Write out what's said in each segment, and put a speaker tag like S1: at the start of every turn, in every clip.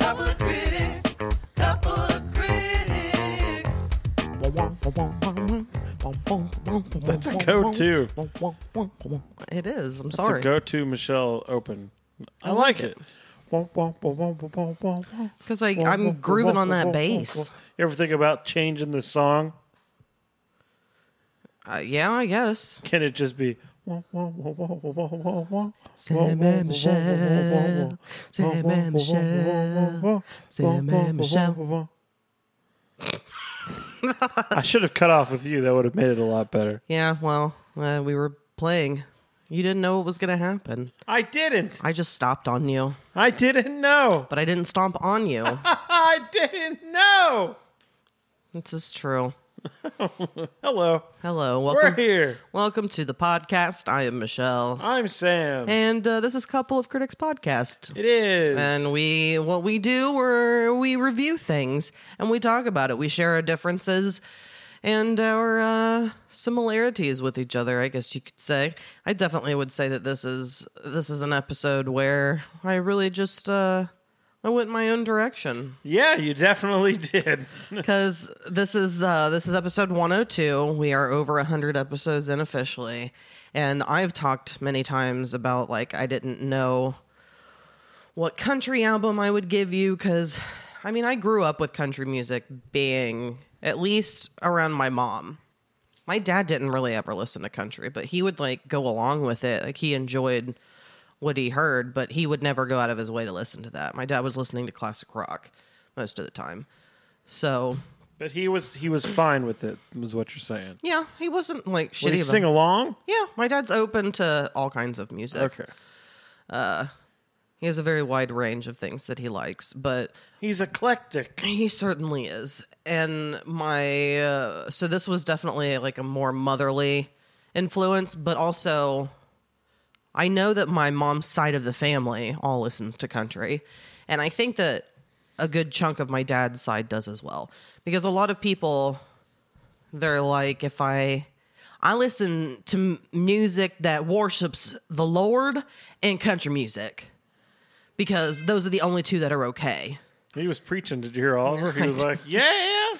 S1: of critics, couple of critics.
S2: That's a go-to.
S3: It is. I'm
S2: It's a
S3: sorry.
S2: go to Michelle open. I,
S3: I
S2: like
S3: like
S2: it.
S3: It's because I I'm grooving on that bass.
S2: You ever think about changing the song?
S3: Uh, yeah, I guess.
S2: Can it just be.
S3: Sam Michelle. Sam Michelle. Sam Michelle.
S2: I should have cut off with you. That would have made it a lot better.
S3: Yeah, well, uh, we were playing. You didn't know what was going to happen.
S2: I didn't.
S3: I just stopped on you,
S2: I didn't know.
S3: but I didn't stomp on you.
S2: I didn't know.
S3: this is true.
S2: Hello.
S3: Hello,
S2: We're
S3: welcome.
S2: here.
S3: Welcome to the podcast. I am Michelle,
S2: I'm Sam.
S3: and uh, this is Couple of Critics podcast.
S2: it is.
S3: And we, what we do, we're, we review things and we talk about it. We share our differences and our uh, similarities with each other. I guess you could say. I definitely would say that this is this is an episode where I really just uh, I went my own direction
S2: yeah, you definitely did.
S3: because this is the this is episode 102 we are over 100 episodes in officially and i've talked many times about like i didn't know what country album i would give you because i mean i grew up with country music being at least around my mom my dad didn't really ever listen to country but he would like go along with it like he enjoyed what he heard but he would never go out of his way to listen to that my dad was listening to classic rock most of the time so
S2: But he was he was fine with it. Was what you're saying.
S3: yeah, he wasn't like shitty.
S2: Did he
S3: about-
S2: sing along?
S3: yeah, my dad's open to all kinds of music.
S2: Okay.
S3: He has a very wide range of things that he likes, but
S2: He's eclectic.
S3: he certainly is. And my uh, so this was definitely like a more motherly influence, but also I know that my mom's side of the family all listens to country, and I think that a good chunk of my dad's side does as well because a lot of people they're like if i i listen to m- music that worships the lord and country music because those are the only two that are okay
S2: He was preaching. Did you hear Oliver? He was like, "Yeah."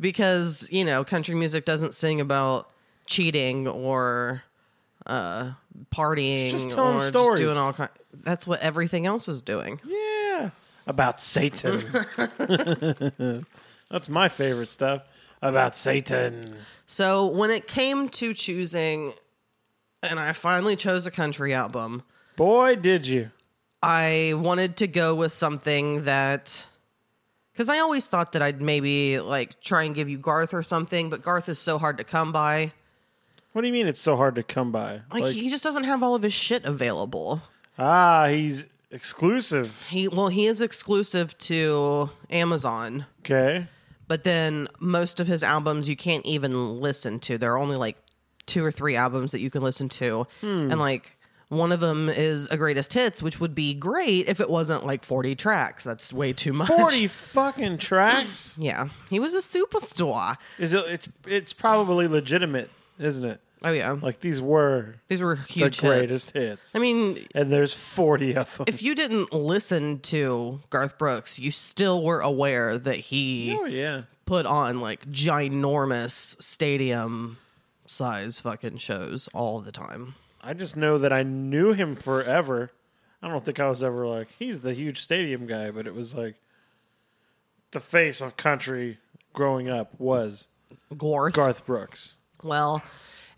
S3: because you know country music doesn't sing about cheating or uh partying
S2: just telling
S3: or
S2: stories.
S3: just doing all kind that's what everything else is doing
S2: Yeah. About Satan. That's my favorite stuff. About Satan.
S3: So when it came to choosing, and I finally chose a country album,
S2: Boy, did you.
S3: I wanted to go with something that. Because I always thought that I'd maybe like try and give you Garth or something, but Garth is so hard to come by.
S2: What do you mean it's so hard to come by?
S3: Like, he just doesn't have all of his shit available.
S2: ah, he's exclusive.
S3: He well, he is exclusive to Amazon,
S2: Okay.
S3: but then most of his albums you can't even listen to. There are only like two or three albums that you can listen to,
S2: Hmm.
S3: and like one of them is a greatest hits, which would be great if it wasn't like forty tracks. That's way too much.
S2: 40 fucking tracks?
S3: Yeah, he was a superstar.
S2: Is it it's it's probably legitimate, isn't it?
S3: Oh yeah,
S2: Like these were
S3: these were
S2: the
S3: huge
S2: greatest
S3: hits.
S2: hits.
S3: I mean,
S2: and there's 40 of them.
S3: if you didn't listen to Garth Brooks, you still were aware that he
S2: oh yeah.
S3: put on like ginormous stadium size fucking shows all the time.
S2: I just know that I knew him forever. I don't think I was ever like, he's the huge stadium guy, but it was like the face of country growing up was
S3: Garth.
S2: Garth Brooks.
S3: Well,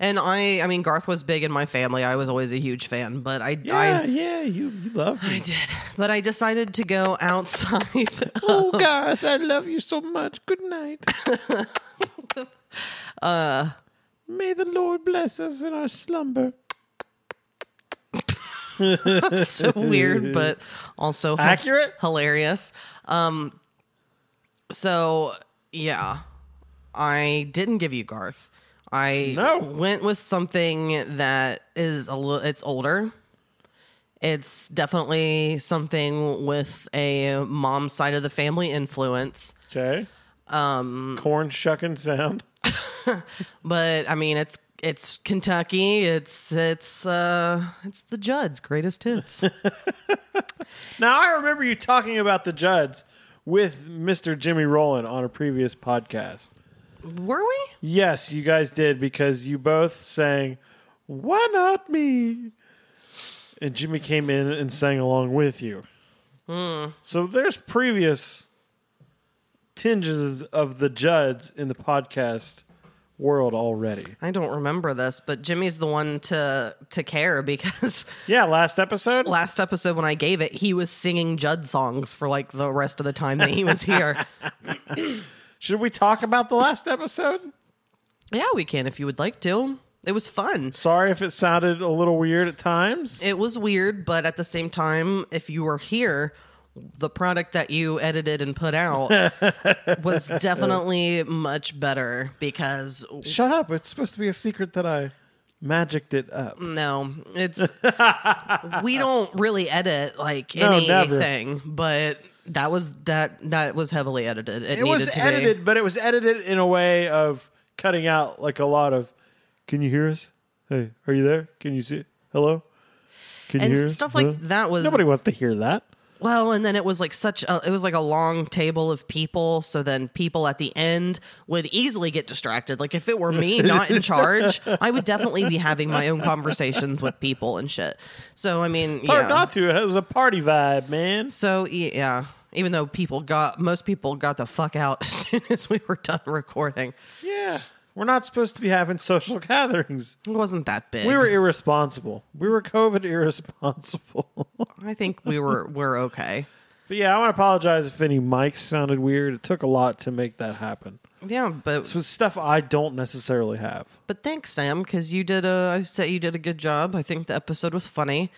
S3: and I I mean Garth was big in my family. I was always a huge fan, but I
S2: Yeah,
S3: I
S2: yeah, you, you love
S3: I
S2: me.
S3: did. But I decided to go outside
S2: Oh, Garth, I love you so much. Good night. uh, May the Lord bless us in our slumber.
S3: so weird, but also hi-
S2: Accurate?
S3: hilarious. Um, so yeah, I didn't give you Garth. I
S2: No.
S3: went with something that is a little. It's older. It's definitely something with a mom side of the family influence.
S2: Okay. Um, Corn shucking sound.
S3: but I mean, it's it's Kentucky. It's it's uh it's the Judd's greatest hits.
S2: Now I remember you talking about the Judds with Mr. Jimmy Rowland on a previous podcast.
S3: Were we?
S2: Yes, you guys did because you both sang "Why Not Me," and Jimmy came in and sang along with you. So there's previous tinges of the Judds in the podcast world already.
S3: I don't remember this, but Jimmy's the one to to care because
S2: Yeah, last episode.
S3: last episode when I gave it, he was singing Judd songs for like the rest of the time that he was here.
S2: Should we talk about the last episode?
S3: yeah, we can if you would like to. It was fun.
S2: Sorry if it sounded a little weird at times.
S3: It was weird, but at the same time, if you were here, the product that you edited and put out was definitely much better because
S2: Shut up. It's supposed to be a secret that I magicked it up.
S3: no, it's we don't really edit like
S2: No, never.
S3: anything, but that was that that was heavily edited. It,
S2: It
S3: needed
S2: was
S3: to be.
S2: edited, but it was edited in a way of cutting out like a lot of can you hear us? Hey, are you there? Can you see? Hello? Can
S3: and
S2: you hear?
S3: stuff like
S2: Huh?
S3: that was
S2: Nobody wants to hear that.
S3: Well, and then it was like such a it was like a long table of people, so then people at the end would easily get distracted. Like if it were me not in charge, I would definitely be having my own conversations with people and shit. So I mean,
S2: Sorry
S3: yeah.
S2: not to. It was a party vibe, man.
S3: so e- yeah, even though people got most people got the fuck out as soon as we were done recording.
S2: Yeah. We're not supposed to be having social gatherings.
S3: It wasn't that big.
S2: We were irresponsible. We were COVID irresponsible.
S3: I think we were we're okay.
S2: But yeah, I want to apologize if any mics sounded weird. It took a lot to make that happen.
S3: Yeah, but
S2: This was stuff I don't necessarily have.
S3: But thanks, Sam, because you did a. I said you did a good job. I think the episode was funny.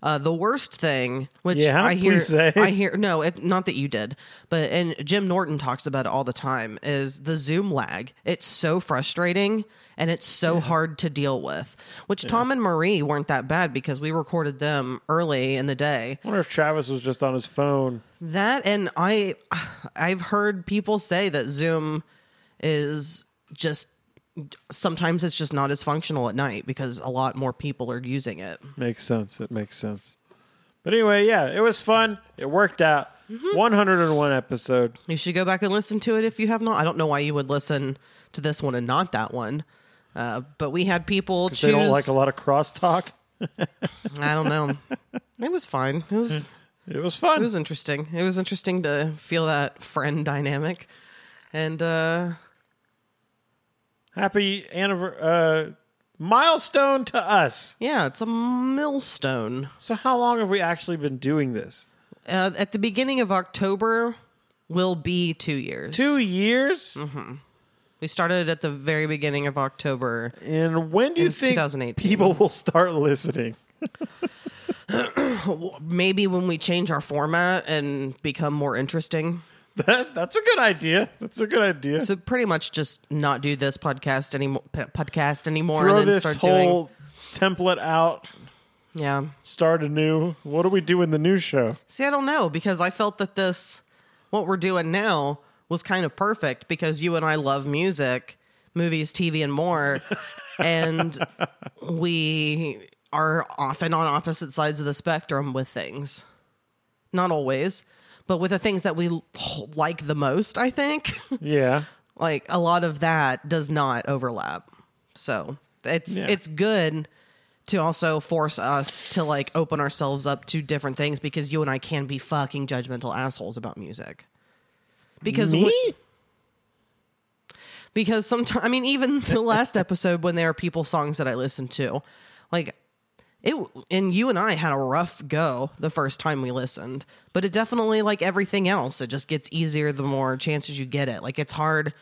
S3: Uh, the worst thing, which
S2: Yeah,
S3: I hear,
S2: please say.
S3: I hear no, it, not that you did, but and Jim Norton talks about it all the time is the Zoom lag. It's so frustrating and it's so hard to deal with. Which Tom and Marie weren't that bad because we recorded them early in the day.
S2: I wonder if Travis was just on his phone.
S3: That and I, I've heard people say that Zoom is just sometimes it's just not as functional at night because a lot more people are using it.
S2: Makes sense. It makes sense. But anyway, yeah, it was fun. It worked out.
S3: Mm-hmm.
S2: 101 episode.
S3: You should go back and listen to it if you have not. I don't know why you would listen to this one and not that one. Uh, but we had people choose.
S2: They don't like a lot of crosstalk.
S3: I don't know. It was fine. It was
S2: It was fun.
S3: it was interesting. It was interesting to feel that friend dynamic, and uh,
S2: Happy anniversary. Uh, milestone to us.
S3: yeah, it's a millstone.
S2: So, how long have we actually been doing this?
S3: uh, at the beginning of October will be two years.
S2: Two years?
S3: Mm-hmm. We started at the very beginning of October.
S2: And when do you
S3: In
S2: think
S3: 2018.
S2: people will start listening?
S3: Maybe when we change our format and become more interesting.
S2: That, that's a good idea. That's a good idea.
S3: So pretty much just not do this podcast anymore. Podcast anymore.
S2: Throw
S3: and then
S2: this
S3: start
S2: whole
S3: doing.
S2: template out.
S3: Yeah.
S2: Start anew. What do we do in the new show?
S3: See, I don't know because I felt that this, what we're doing now, was kind of perfect because you and I love music, movies, TV, and more. and we are often on opposite sides of the spectrum with things. Not always, but with the things that we l- like the most, I think,
S2: Yeah,
S3: like a lot of that does not overlap. So it's
S2: Yeah.
S3: it's good to also force us to like open ourselves up to different things because you and I can be fucking judgmental assholes about music. Because
S2: me.
S3: we- because sometimes I mean even the last episode when there are people songs that I listened to, like it and you and I had a rough go the first time we listened, but it definitely like everything else, it just gets easier the more chances you get it. Like it's hard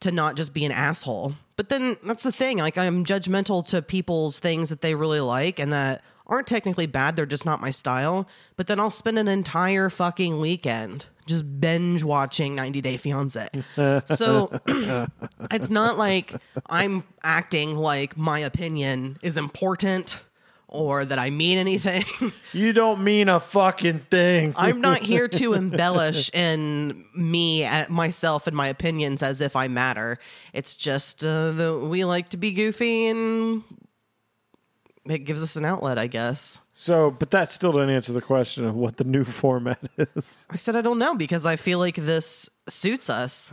S3: to not just be an asshole. But then that's the thing, like I'm judgmental to people's things that they really like and that aren't technically bad, they're just not my style, but then I'll spend an entire fucking weekend just binge watching 90 Day Fiancé. So it's not like I'm acting like my opinion is important or that I mean anything.
S2: you don't mean a fucking thing.
S3: I'm not here to embellish in me at myself and my opinions as if I matter. It's just uh, the, we like to be goofy and it gives us an outlet, I guess.
S2: So, but that still didn't answer the question of what the new format is.
S3: I said I don't know because I feel like this suits us.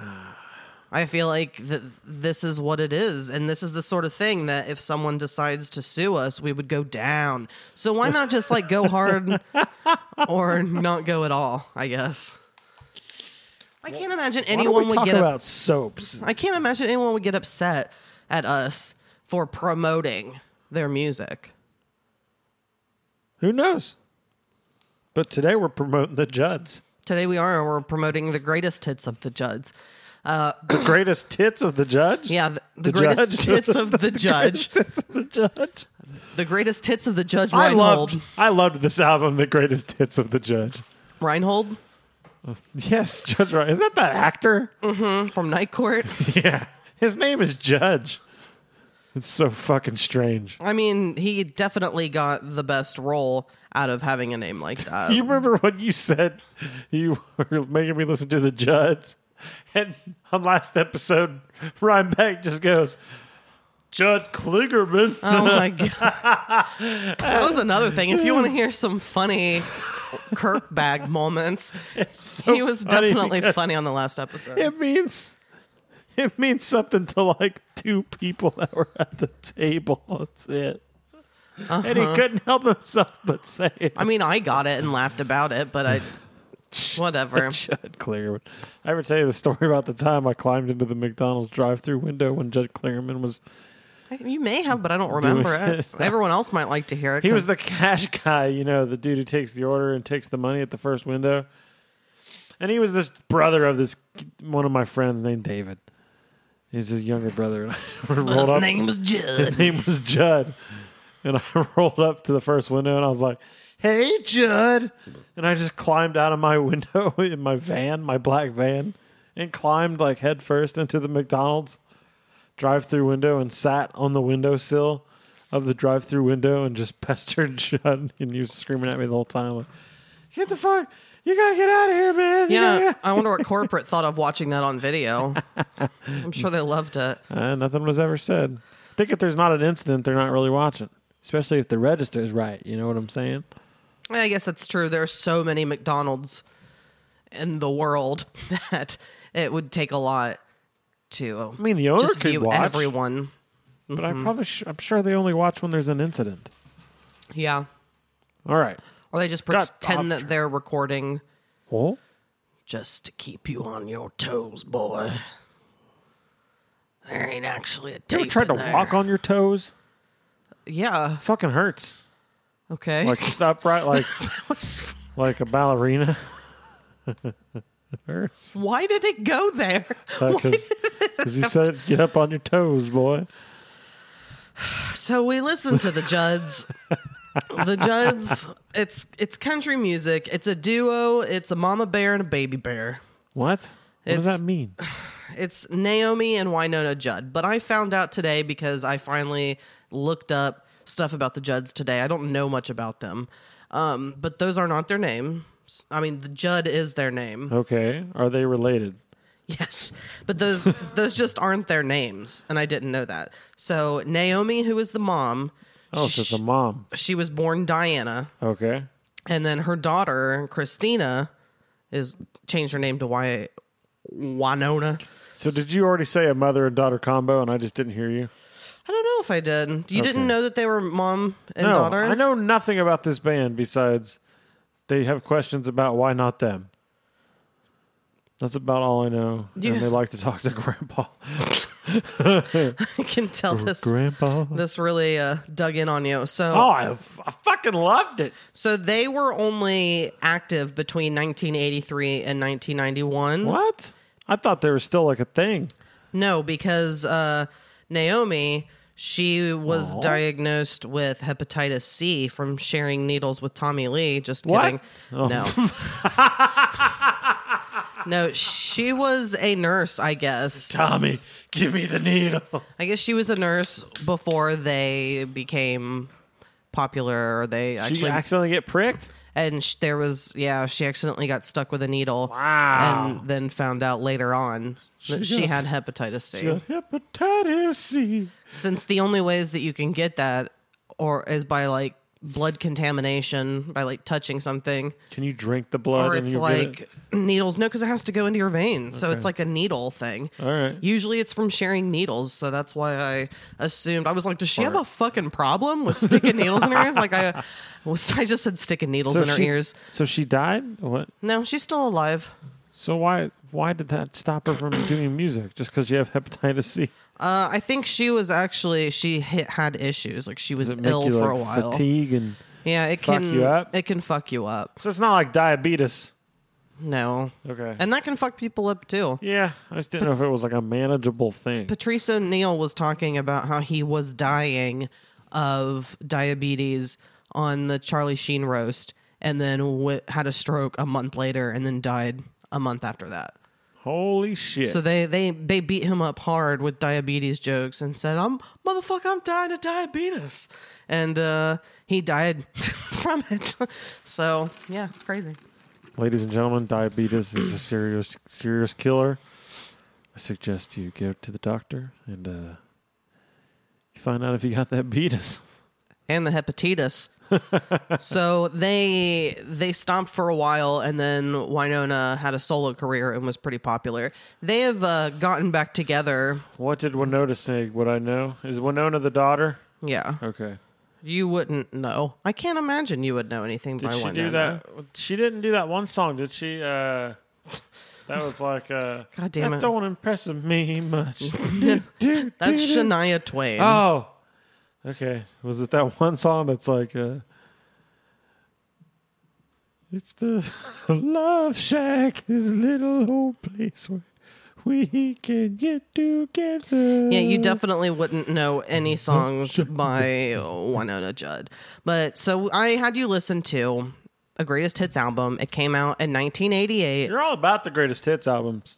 S3: I feel like th- this is what it is, and this is the sort of thing that if someone decides to sue us, we would go down. So why not just like go hard or not go at all? I guess. I can't imagine
S2: Why
S3: anyone
S2: don't we
S3: would
S2: talk
S3: get up-
S2: about soaps?
S3: I can't imagine anyone would get upset at us for promoting their music.
S2: Who knows? But today we're promoting the Judds,
S3: Today we are we're promoting the greatest hits of the Judds.
S2: the greatest tits of the Judge.
S3: Yeah, the, the,
S2: The
S3: greatest
S2: Judge.
S3: hits of the, judge.
S2: tits of the Judge.
S3: The greatest hits of the Judge
S2: I
S3: Reinhold.
S2: loved. I loved this album, the greatest hits of the Judge.
S3: Reinhold
S2: Yes, Judge. Right? Is that that actor?
S3: from Night Court.
S2: Yeah, his name is Judge. It's so fucking strange.
S3: I mean, he definitely got the best role out of having a name like that.
S2: You remember when you said you were making me listen to the Judds? And on last episode, Ryan Beck just goes, Judd Kligerman.
S3: Oh my god. That was another thing. If you want to hear some funny Kirk bag moments,
S2: So
S3: he was
S2: funny
S3: definitely
S2: because
S3: funny on the last episode.
S2: It means it means something to like two people that were at the table. That's it. And he couldn't help himself but say it.
S3: I mean, I got it and laughed about it, but I whatever.
S2: Judd Kligerman. I ever tell you the story about the time I climbed into the McDonald's drive-through window when Judd Kligerman was
S3: You may have, but I don't remember it. Everyone else might like to hear it.
S2: He was the cash guy, you know, the dude who takes the order and takes the money at the first window. And he was this brother of this one of my friends named David. He's his younger brother. And I rolled
S3: his
S2: up.
S3: name was
S2: his
S3: Judd.
S2: name was Judd. And I rolled up to the first window and I was like, "Hey, Judd!" And I just climbed out of my window in my van, my black van, and climbed like headfirst into the McDonald's drive-through window and sat on the windowsill of the drive-through window and just pestered Judd. And he was screaming at me the whole time, like, "Get the fuck! You gotta get out of here, man!" You gotta
S3: Yeah,
S2: get out."
S3: I wonder what corporate thought of watching that on video. I'm sure they loved it.
S2: Uh, nothing was ever said. I think if there's not an incident, they're not really watching. Especially if the register is right. You know what I'm saying?
S3: I guess that's true. There are so many McDonald's in the world that it would take a lot to
S2: I mean, the owner
S3: just
S2: could
S3: view mm-hmm.
S2: watch,
S3: everyone.
S2: but I probably sh- I'm sure they only watch when there's an incident.
S3: Yeah.
S2: All right.
S3: Or they just
S2: Got off
S3: pretend that they're recording
S2: Well,
S3: just to keep you on your toes, boy. There ain't actually a
S2: you
S3: tape.
S2: ever tried to
S3: in there.
S2: walk on your toes?
S3: Yeah.
S2: Fucking hurts.
S3: Okay.
S2: Like just upright, like like a ballerina. it hurts
S3: Why did it go there?
S2: because he said, "Get up on your toes, boy."
S3: So we listened to the Judds. the Judds. It's it's country music. It's a duo. It's a mama bear and a baby bear.
S2: What? What does
S3: It's-
S2: that mean?
S3: It's Naomi and Winona Judd. But I found out today because I finally looked up stuff about the Judds today. I don't know much about them, um, but those are not their names. I mean, the Judd is their
S2: Oh.
S3: name.
S2: Okay, are they related?
S3: Yes, but those those just aren't their names, and I didn't know that. So Naomi, who is the mom,
S2: Oh,
S3: sh-
S2: so it's a mom.
S3: she was born Diana.
S2: Okay,
S3: and then her daughter Christina is changed her name to Wy- Winona.
S2: so did you already say a mother and daughter combo, and I just didn't hear you?
S3: I don't know if I did. You didn't know that they were mom and
S2: no,
S3: daughter.
S2: I know nothing about this band besides they have questions about why not them. That's about all I know.
S3: Yeah.
S2: And they like to talk to Grandpa.
S3: I can tell this
S2: Grandpa.
S3: this really uh, dug in on you. So
S2: Oh, I, f- I fucking loved it.
S3: so they were only active between 1983 and 1991.
S2: What? I thought they were still like a thing.
S3: No, because uh, Naomi. She was
S2: Aw.
S3: diagnosed with hepatitis C from sharing needles with Tommy Lee. Just
S2: What? Oh.
S3: kidding. No. No, she was a nurse, I guess.
S2: Tommy, give me the needle.
S3: I guess she was a nurse before they became popular or they
S2: Did
S3: actually
S2: you accidentally get pricked?
S3: and sh- there was yeah, she accidentally got stuck with a needle
S2: Wow.
S3: and then found out later on
S2: She
S3: that she,
S2: got-
S3: had hepatitis C.
S2: Hepatitis C.
S3: Since the only ways that you can get that or is by like blood contamination by like touching something
S2: Can you drink the blood?
S3: or
S2: and
S3: it's
S2: you
S3: like needles no because it has to go into your veins so it's like a needle thing
S2: All right.
S3: usually it's from sharing needles so that's why i assumed i was like does she have a fucking problem with sticking needles in her ears like i was i just said sticking needles in her
S2: she,
S3: ears
S2: So she died. What?
S3: no she's still alive
S2: So why? Why did that stop her from doing music? Just because you have hepatitis C?
S3: uh, i think she was actually she hit, had issues like she was
S2: Does it make
S3: ill
S2: you
S3: for
S2: like
S3: a while
S2: fatigue and?
S3: yeah it
S2: fuck
S3: can
S2: you up?
S3: it can fuck you up
S2: So it's not like diabetes.
S3: no
S2: Okay.
S3: and that can fuck people up too
S2: yeah, I just didn't know if it was like a manageable thing.
S3: Patrice O'Neill was talking about how he was dying of diabetes on the Charlie Sheen roast, and then w- had a stroke a month later, and then died a month after that.
S2: Holy shit!
S3: So they they they beat him up hard with diabetes jokes and said, "I'm motherfucker, I'm dying of diabetes," and uh, he died from it. so yeah, it's crazy.
S2: Ladies and gentlemen, diabetes is a serious serious killer. I suggest you go to the doctor and uh, you find out if you got that beatus.
S3: and the hepatitis. so they they stopped for a while, and then Winona had a solo career and was pretty popular. They have uh, gotten back together.
S2: What did Winona say? What I know is Winona the daughter.
S3: Yeah,
S2: Okay,
S3: you wouldn't know. I can't imagine you would know anything
S2: did
S3: by
S2: she
S3: Winona.
S2: do that? She didn't do that one song, did she? Uh, that was like, uh,
S3: God damn
S2: that
S3: it.
S2: don't impress me much.
S3: That's Shania Twain.
S2: Oh, okay. Was it that one song that's like, uh, it's the love shack, this little old place where we can get together.
S3: Yeah, you definitely wouldn't know any songs by Winona Judd. But so I had you listen to a greatest hits album. It came out in 1988.
S2: You're all about the greatest hits albums.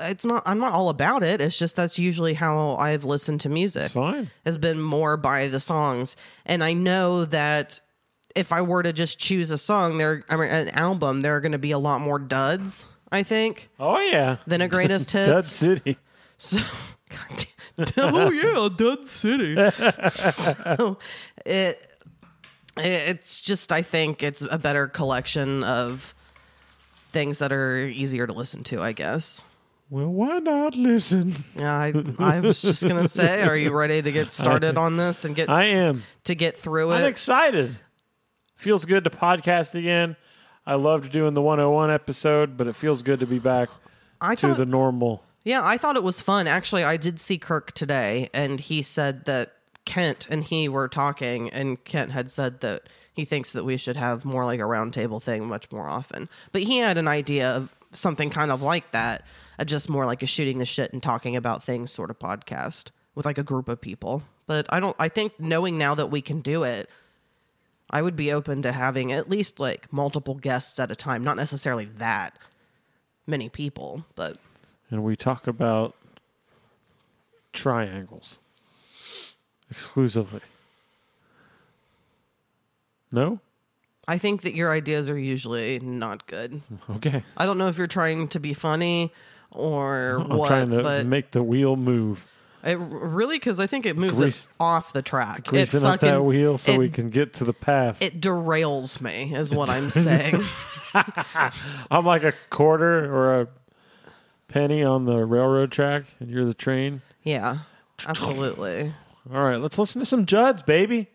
S3: it's not i'm not all about it it's just that's usually how i've listened to music
S2: It's fine.
S3: has been more by the songs and i know that if i were to just choose a song there i mean an album there are going to be a lot more duds i think
S2: Oh yeah,
S3: than a greatest hits
S2: Dead City.
S3: so, God damn- oh yeah, Dud City. so it, it it's just I think it's a better collection of things that are easier to listen to. I guess.
S2: Well, why not listen?
S3: Yeah, I, I was just gonna say, are you ready to get started on this and get
S2: I am.
S3: to get through
S2: I'm
S3: it?
S2: excited. Feels good to podcast again. I loved doing the 101 episode, but it feels good to be back
S3: I
S2: to
S3: thought,
S2: the normal.
S3: yeah, I thought it was fun. Actually, I did see Kirk today, and he said that Kent and he were talking, and Kent had said that he thinks that we should have more like a roundtable thing much more often. But he had an idea of something kind of like that, uh, just more like a shooting the shit and talking about things sort of podcast with like a group of people. But I don't. I think knowing now that we can do it, I would be open to having at least like multiple guests at a time, not necessarily that many people, but
S2: and we talk about triangles exclusively. No?
S3: I think that your ideas are usually not good.
S2: Okay.
S3: I don't know if you're trying to be funny or
S2: I'm
S3: what,
S2: trying to
S3: but
S2: make the wheel move.
S3: it really because I think it moves
S2: Grease-
S3: it off the track.
S2: Greasing
S3: it
S2: up that
S3: fucking-
S2: wheel so
S3: it,
S2: we can get to the path.
S3: It derails me, is what I'm saying.
S2: I'm like a quarter or a penny on the railroad track, and you're the train.
S3: yeah, absolutely.
S2: All right, let's listen to some Judds, baby.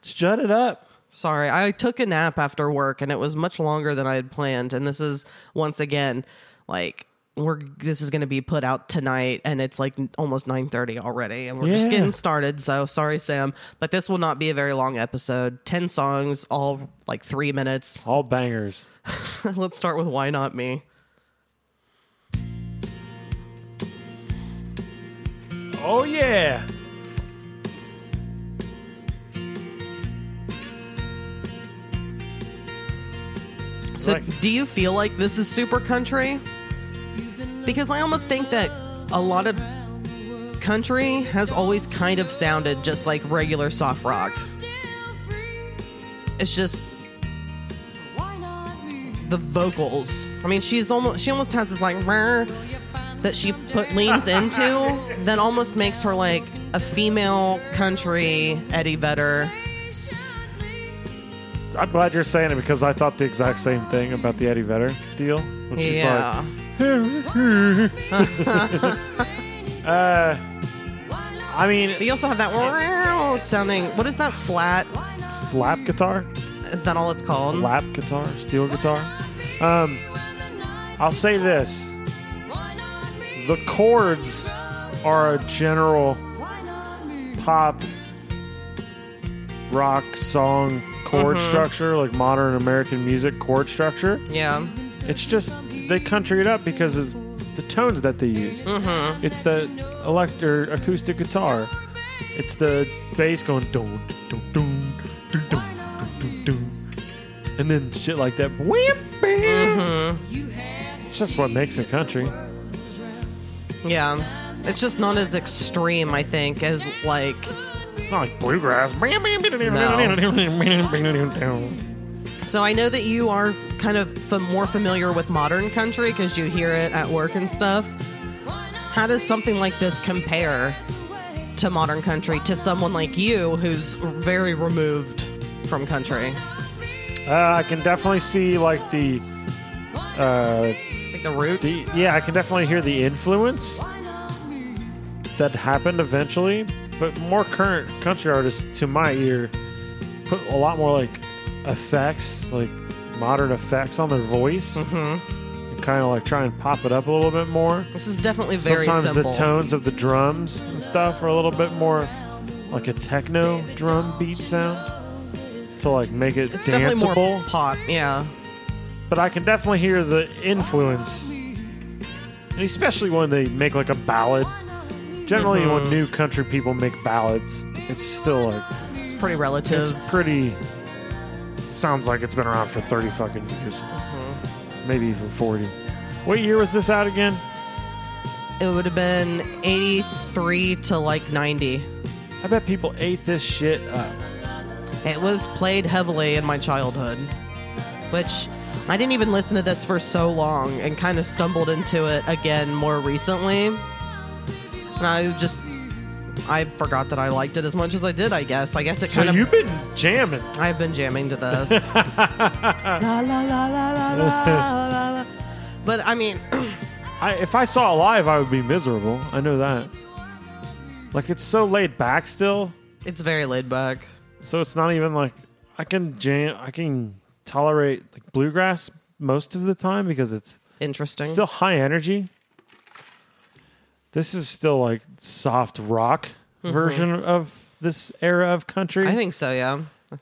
S2: Let's Judd it up.
S3: Sorry, I took a nap after work and it was much longer than I had planned. And this is once again like we're this is going to be put out tonight and it's like n- almost 9:30 already and we're just
S2: Yeah.
S3: getting started so sorry Sam but this will not be a very long episode 10 songs all like 3 minutes
S2: All bangers.
S3: let's start with why not me
S2: Oh, yeah.
S3: so
S2: Right.
S3: do you feel like this is super country because I almost think that a lot of country has always kind of sounded just like regular soft rock it's just the vocals. I mean, she's almost she almost has this like "Rrr" that she put leans into that almost makes her like a female country Eddie Vedder.
S2: I'm glad you're saying it because I thought the exact same thing about the Eddie Vedder deal. When she's
S3: Yeah.
S2: like, uh, I mean,
S3: But you also have that wow sounding. What is that flat?
S2: slap guitar,
S3: Is that all it's called?
S2: lap guitar, steel guitar. Um, I'll say this: the chords are a general pop rock song chord structure, like modern American music chord structure.
S3: Yeah.
S2: It's just they country it up because of the tones that they use. It's the electric acoustic guitar. It's the bass going dun dun dun dun dun dun dun, dun. and then shit like that. Whip, bam. It's just what makes it country.
S3: Yeah. It's just not as extreme, I think, as like
S2: It's not like bluegrass.
S3: So I know that you are kind of f- more familiar with modern country because you hear it at work and stuff. How does something like this compare to modern country to someone like you who's very removed from country?
S2: Uh, I can definitely see like the, uh,
S3: Like the roots?
S2: the yeah. I can definitely hear the influence. that happened eventually, but more current country artists to my ear put a lot more like effects, like modern effects on their voice,
S3: Mm-hmm.
S2: and kind of like try and pop it up a little bit more.
S3: this is definitely very
S2: Sometimes
S3: simple.
S2: the tones of the drums and stuff are a little bit more like a techno drum beat sound to like make it
S3: it's
S2: danceable.
S3: definitely more pop, yeah.
S2: But I can definitely hear the influence, and especially when they make like a ballad. Generally, when new country people make ballads, it's still like
S3: It's pretty
S2: it's
S3: relative.
S2: pretty. Sounds like it's been around for thirty fucking years, maybe even forty. What year was this out again?
S3: it would have been 83 to like 90.
S2: I bet people ate this shit up.
S3: It was played heavily in my childhood, which I didn't even listen to this for so long and kind of stumbled into it again more recently. And I just I forgot that I liked it as much as I did, I guess. I guess it
S2: So
S3: kind of
S2: you've been jamming.
S3: I've been jamming to this. la, la, la, la, la, la, la, la. But I mean,
S2: I, if I saw it live, I would be miserable. I know that. Like it's so laid back still.
S3: it's very laid back.
S2: So it's not even like I can jam. I can tolerate like bluegrass most of the time because it's
S3: Interesting.
S2: still high energy. This is still like soft rock version of this era of country.
S3: I think so, yeah. Kind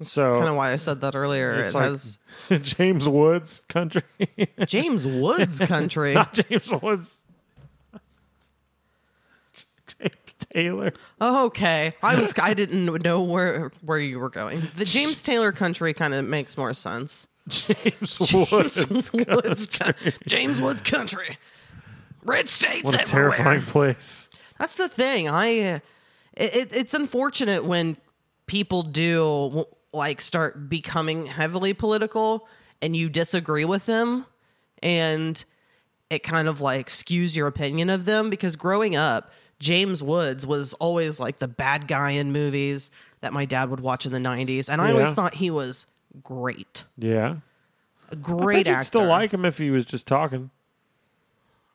S3: of
S2: so.
S3: why I said that earlier.
S2: It's
S3: It
S2: like
S3: has
S2: James Woods country,
S3: James Woods country.
S2: not James Woods. James Taylor.
S3: Okay, I was I didn't know where where you were going. The James Taylor country kind of makes more sense.
S2: James,
S3: James
S2: Woods.
S3: Woods, coun- James Woods country, red states
S2: What a
S3: everywhere.
S2: terrifying place.
S3: That's the thing. I uh, it, it, it's unfortunate when people do like start becoming heavily political and you disagree with them and it kind of like skews your opinion of them because growing up James Woods was always like the bad guy in movies that my dad would watch in the 90s and I always
S2: Yeah.
S3: thought he was great.
S2: Yeah.
S3: A
S2: I
S3: great
S2: bet
S3: actor.
S2: you'd still like him if he was just talking.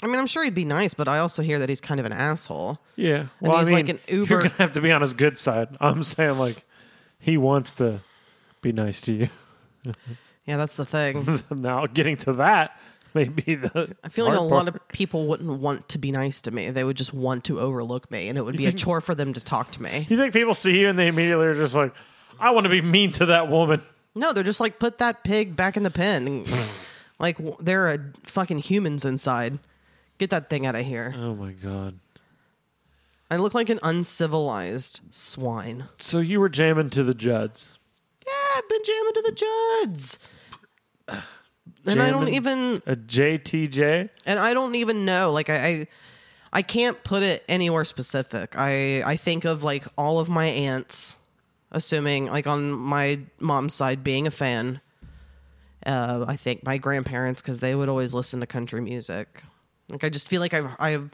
S3: I mean I'm sure he'd be nice but I also hear that he's kind of an asshole.
S2: Yeah. Well,
S3: he's
S2: I mean,
S3: like an Uber-
S2: you're gonna have to be on his good side. I'm saying like he wants to be nice to you.
S3: Yeah, that's the thing.
S2: now getting to that may be the.
S3: I feel like a
S2: hard
S3: lot
S2: part.
S3: of people wouldn't want to be nice to me. They would just want to overlook me, and it would be a
S2: think-
S3: chore for them to talk to me.
S2: You think people see you and they immediately are just like, "I want to be mean to that woman."
S3: No, they're just like, put that pig back in the pen. And, like, w- there are fucking humans inside. Get that thing out of here.
S2: Oh my god.
S3: I look like an uncivilized swine.
S2: So you were jamming to the Judds.
S3: Yeah, I've been jamming to the Judds. And I don't
S2: Jamming.
S3: even
S2: A JTJ.
S3: and I don't even know. Like I, I, I can't put it anywhere specific. I, I think of like all of my aunts, assuming like on my mom's side being a fan. Uh, I think my grandparents because they would always listen to country music. Like I just feel like I've I've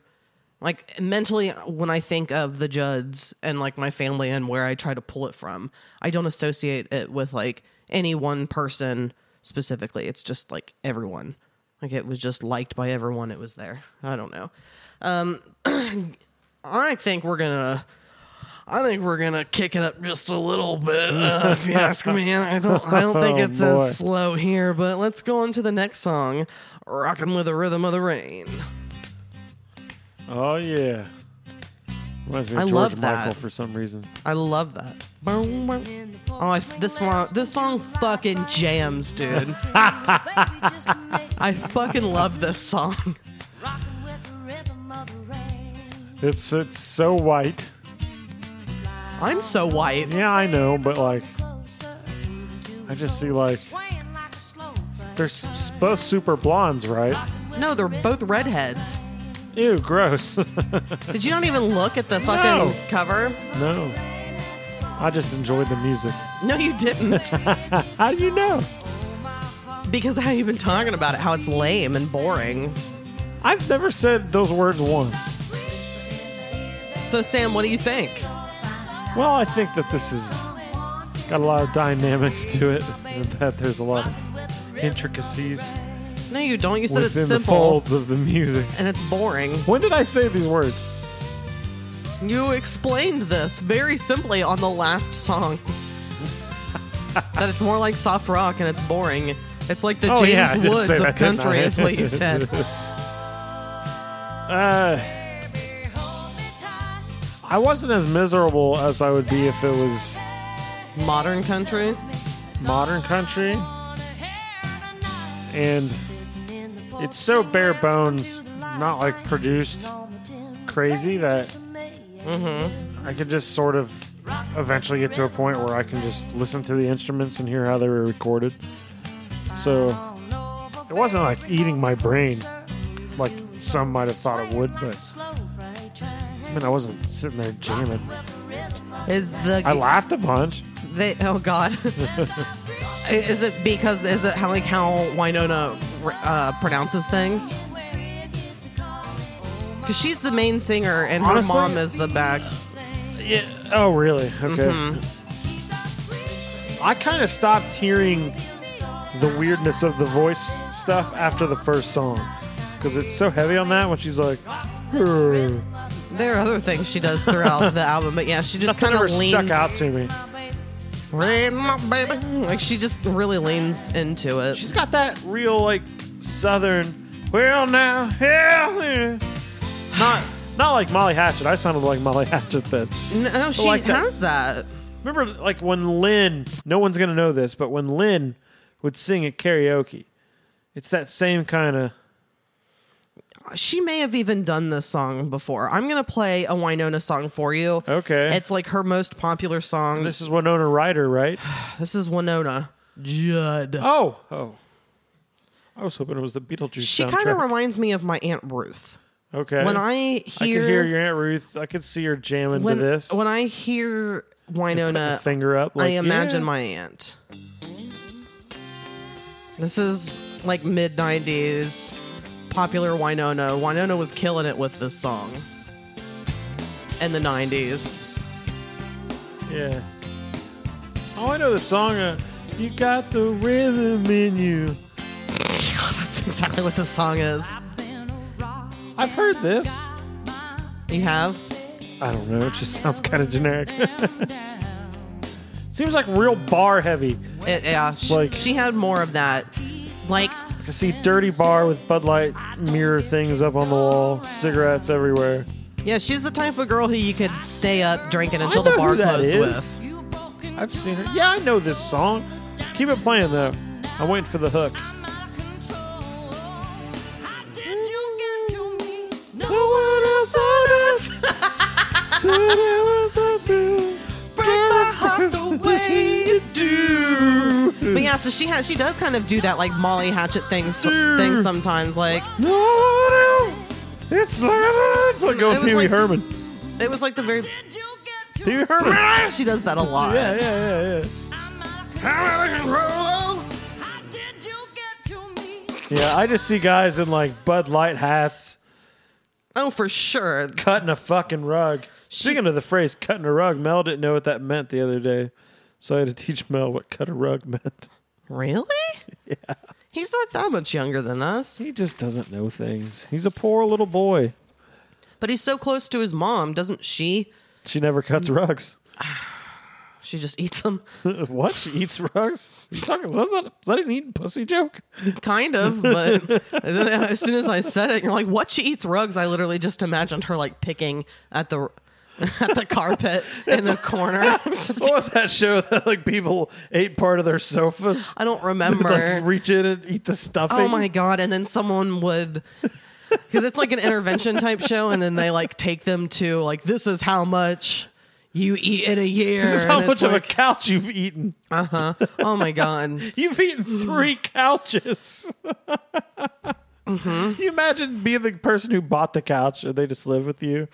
S3: Like mentally, when I think of the Judds and like my family and where I try to pull it from, I don't associate it with like any one person specifically. It's just like everyone. Like it was just liked by everyone. It was there. I don't know. Um, I think we're gonna. I think we're gonna kick it up just a little bit, uh, if you ask me. I don't. I don't think
S2: Oh,
S3: it's
S2: boy.
S3: as slow here, but let's go on to the next song, "Rockin' with the Rhythm of the Rain."
S2: Oh yeah. Reminds me of
S3: I
S2: George
S3: love that.
S2: Michael for some reason.
S3: I love that. Oh, I, this one, this song fucking jams, dude. I fucking love this song.
S2: It's it's so white.
S3: I'm so white.
S2: Yeah, I know, but like I just see like they're s- both super blondes, right?
S3: No, they're both redheads.
S2: Ew, gross.
S3: Did you not even look at the fucking
S2: No.
S3: cover?
S2: no. I just enjoyed the music.
S3: No, you didn't.
S2: How do you know?
S3: because how you've been talking about it, how it's lame and boring.
S2: I've never said those words once.
S3: So, Sam, what do you think?
S2: Well, I think that this is got a lot of dynamics to it, and that there's a lot of intricacies
S3: No, you don't. You said it's
S2: within the
S3: simple
S2: folds of the music.
S3: and it's boring.
S2: When did I say these words?
S3: You explained this very simply on the last song. that it's more like soft rock and it's boring. It's like the
S2: Oh, yeah, I
S3: James
S2: did
S3: Woods
S2: say
S3: of
S2: that, didn't
S3: country,
S2: I?
S3: is what you said.
S2: Uh, I wasn't as miserable as I would be if it was
S3: Modern country.
S2: modern country. And it's so bare bones, not like produced crazy that
S3: Hmm.
S2: I could just sort of eventually get to a point where I can just listen to the instruments and hear how they were recorded. So it wasn't like eating my brain like some might have thought it would, but I mean, I wasn't sitting there jamming.
S3: Is the
S2: I laughed a bunch.
S3: they? Oh God. is it because is it how like how Winona uh, pronounces things? Because she's the main singer and her
S2: Honestly-
S3: mom is the back.
S2: Yeah. Oh, really? Okay. I kind of stopped hearing the weirdness of the voice stuff after the first song because it's so heavy on that when she's like, "Grr."
S3: There are other things she does throughout the album, but yeah, she just
S2: nothing
S3: kind of
S2: ever
S3: leans.
S2: stuck out to me.
S3: Rain, my baby. Like she just really leans into it.
S2: She's got that real like southern. Well now, hell yeah. Not not like Molly Hatchet. I sounded like Molly Hatchet then.
S3: no, she
S2: like that.
S3: has that.
S2: Remember, like when Lynn, no one's going to know this, but when Lynn would sing at karaoke, it's that same kind of.
S3: She may have even done this song before. I'm gonna play a Winona song for you.
S2: Okay.
S3: It's like her most popular song. This,
S2: this is Winona Ryder, right?
S3: is Winona Judd.
S2: Oh, oh. I was hoping it was the Beetlejuice
S3: she
S2: soundtrack.
S3: kind of reminds me of my aunt Ruth.
S2: okay.
S3: When
S2: I
S3: I hear,
S2: could hear your Aunt Ruth. I could see her jamming
S3: when
S2: to this.
S3: when I hear
S2: Putting the
S3: Winona,
S2: finger up. Like,
S3: I imagine
S2: yeah.
S3: my aunt. This is like mid 90s popular Winona. Winona was killing it with this song in the 90s.
S2: Yeah. Oh, I know the song. Uh, you got the rhythm in you.
S3: That's exactly what this song is.
S2: I've heard this.
S3: You have?
S2: I don't know. It just sounds kind of generic. Seems like real bar heavy.
S3: It, yeah. She,
S2: Like-
S3: she had more of that. Like,
S2: I can see dirty bar with Bud Light mirror things up on the wall, cigarettes everywhere.
S3: yeah, she's the type of girl who you could stay up drinking until
S2: I know
S3: the bar
S2: who that
S3: closed
S2: is.
S3: with.
S2: I've seen her. Yeah, I know this song. Keep it playing though. I'm waiting for the hook.
S3: But yeah, so she has she does kind of do that like Molly Hatchet thing so-
S2: Dude.
S3: thing sometimes. Like
S2: No one else. It's like, it's like
S3: It
S2: going
S3: was
S2: Pee Wee
S3: like-
S2: Herman.
S3: it was like the very ah,
S2: Pee Wee Herman. yeah,
S3: she does that a lot.
S2: yeah, yeah, yeah. Yeah, I just see guys in like Bud Light hats
S3: Oh, for sure.
S2: Cutting a fucking rug. Speaking of the phrase cutting a rug, Mel didn't know what that meant the other day. So I had to teach Mel what cut a rug meant.
S3: Really? Yeah. He's not that much younger than us,
S2: He just doesn't know things. He's a poor little boy.
S3: but he's so close to his mom. Doesn't she?
S2: She never cuts rugs.
S3: She just eats him.
S2: what? She eats rugs? You talking? Was that, was that an eating pussy joke?
S3: Kind of, but and then as soon as I said it, you're like, "What? She eats rugs." I literally just imagined her like picking at the at the carpet in the corner. Just-
S2: What was that show that like people ate part of their sofas?
S3: I don't remember.
S2: Like reach in and eat the stuffing.
S3: oh my god! And then someone would. Because it's like an intervention type show, and then they like take them to like this is how much you eat in a year.
S2: This is how
S3: and
S2: much
S3: it's
S2: of a
S3: like,
S2: couch you've eaten.
S3: Oh my god!
S2: You've eaten three couches.
S3: Mm-hmm.
S2: You imagine being the person who bought the couch and they just live with you,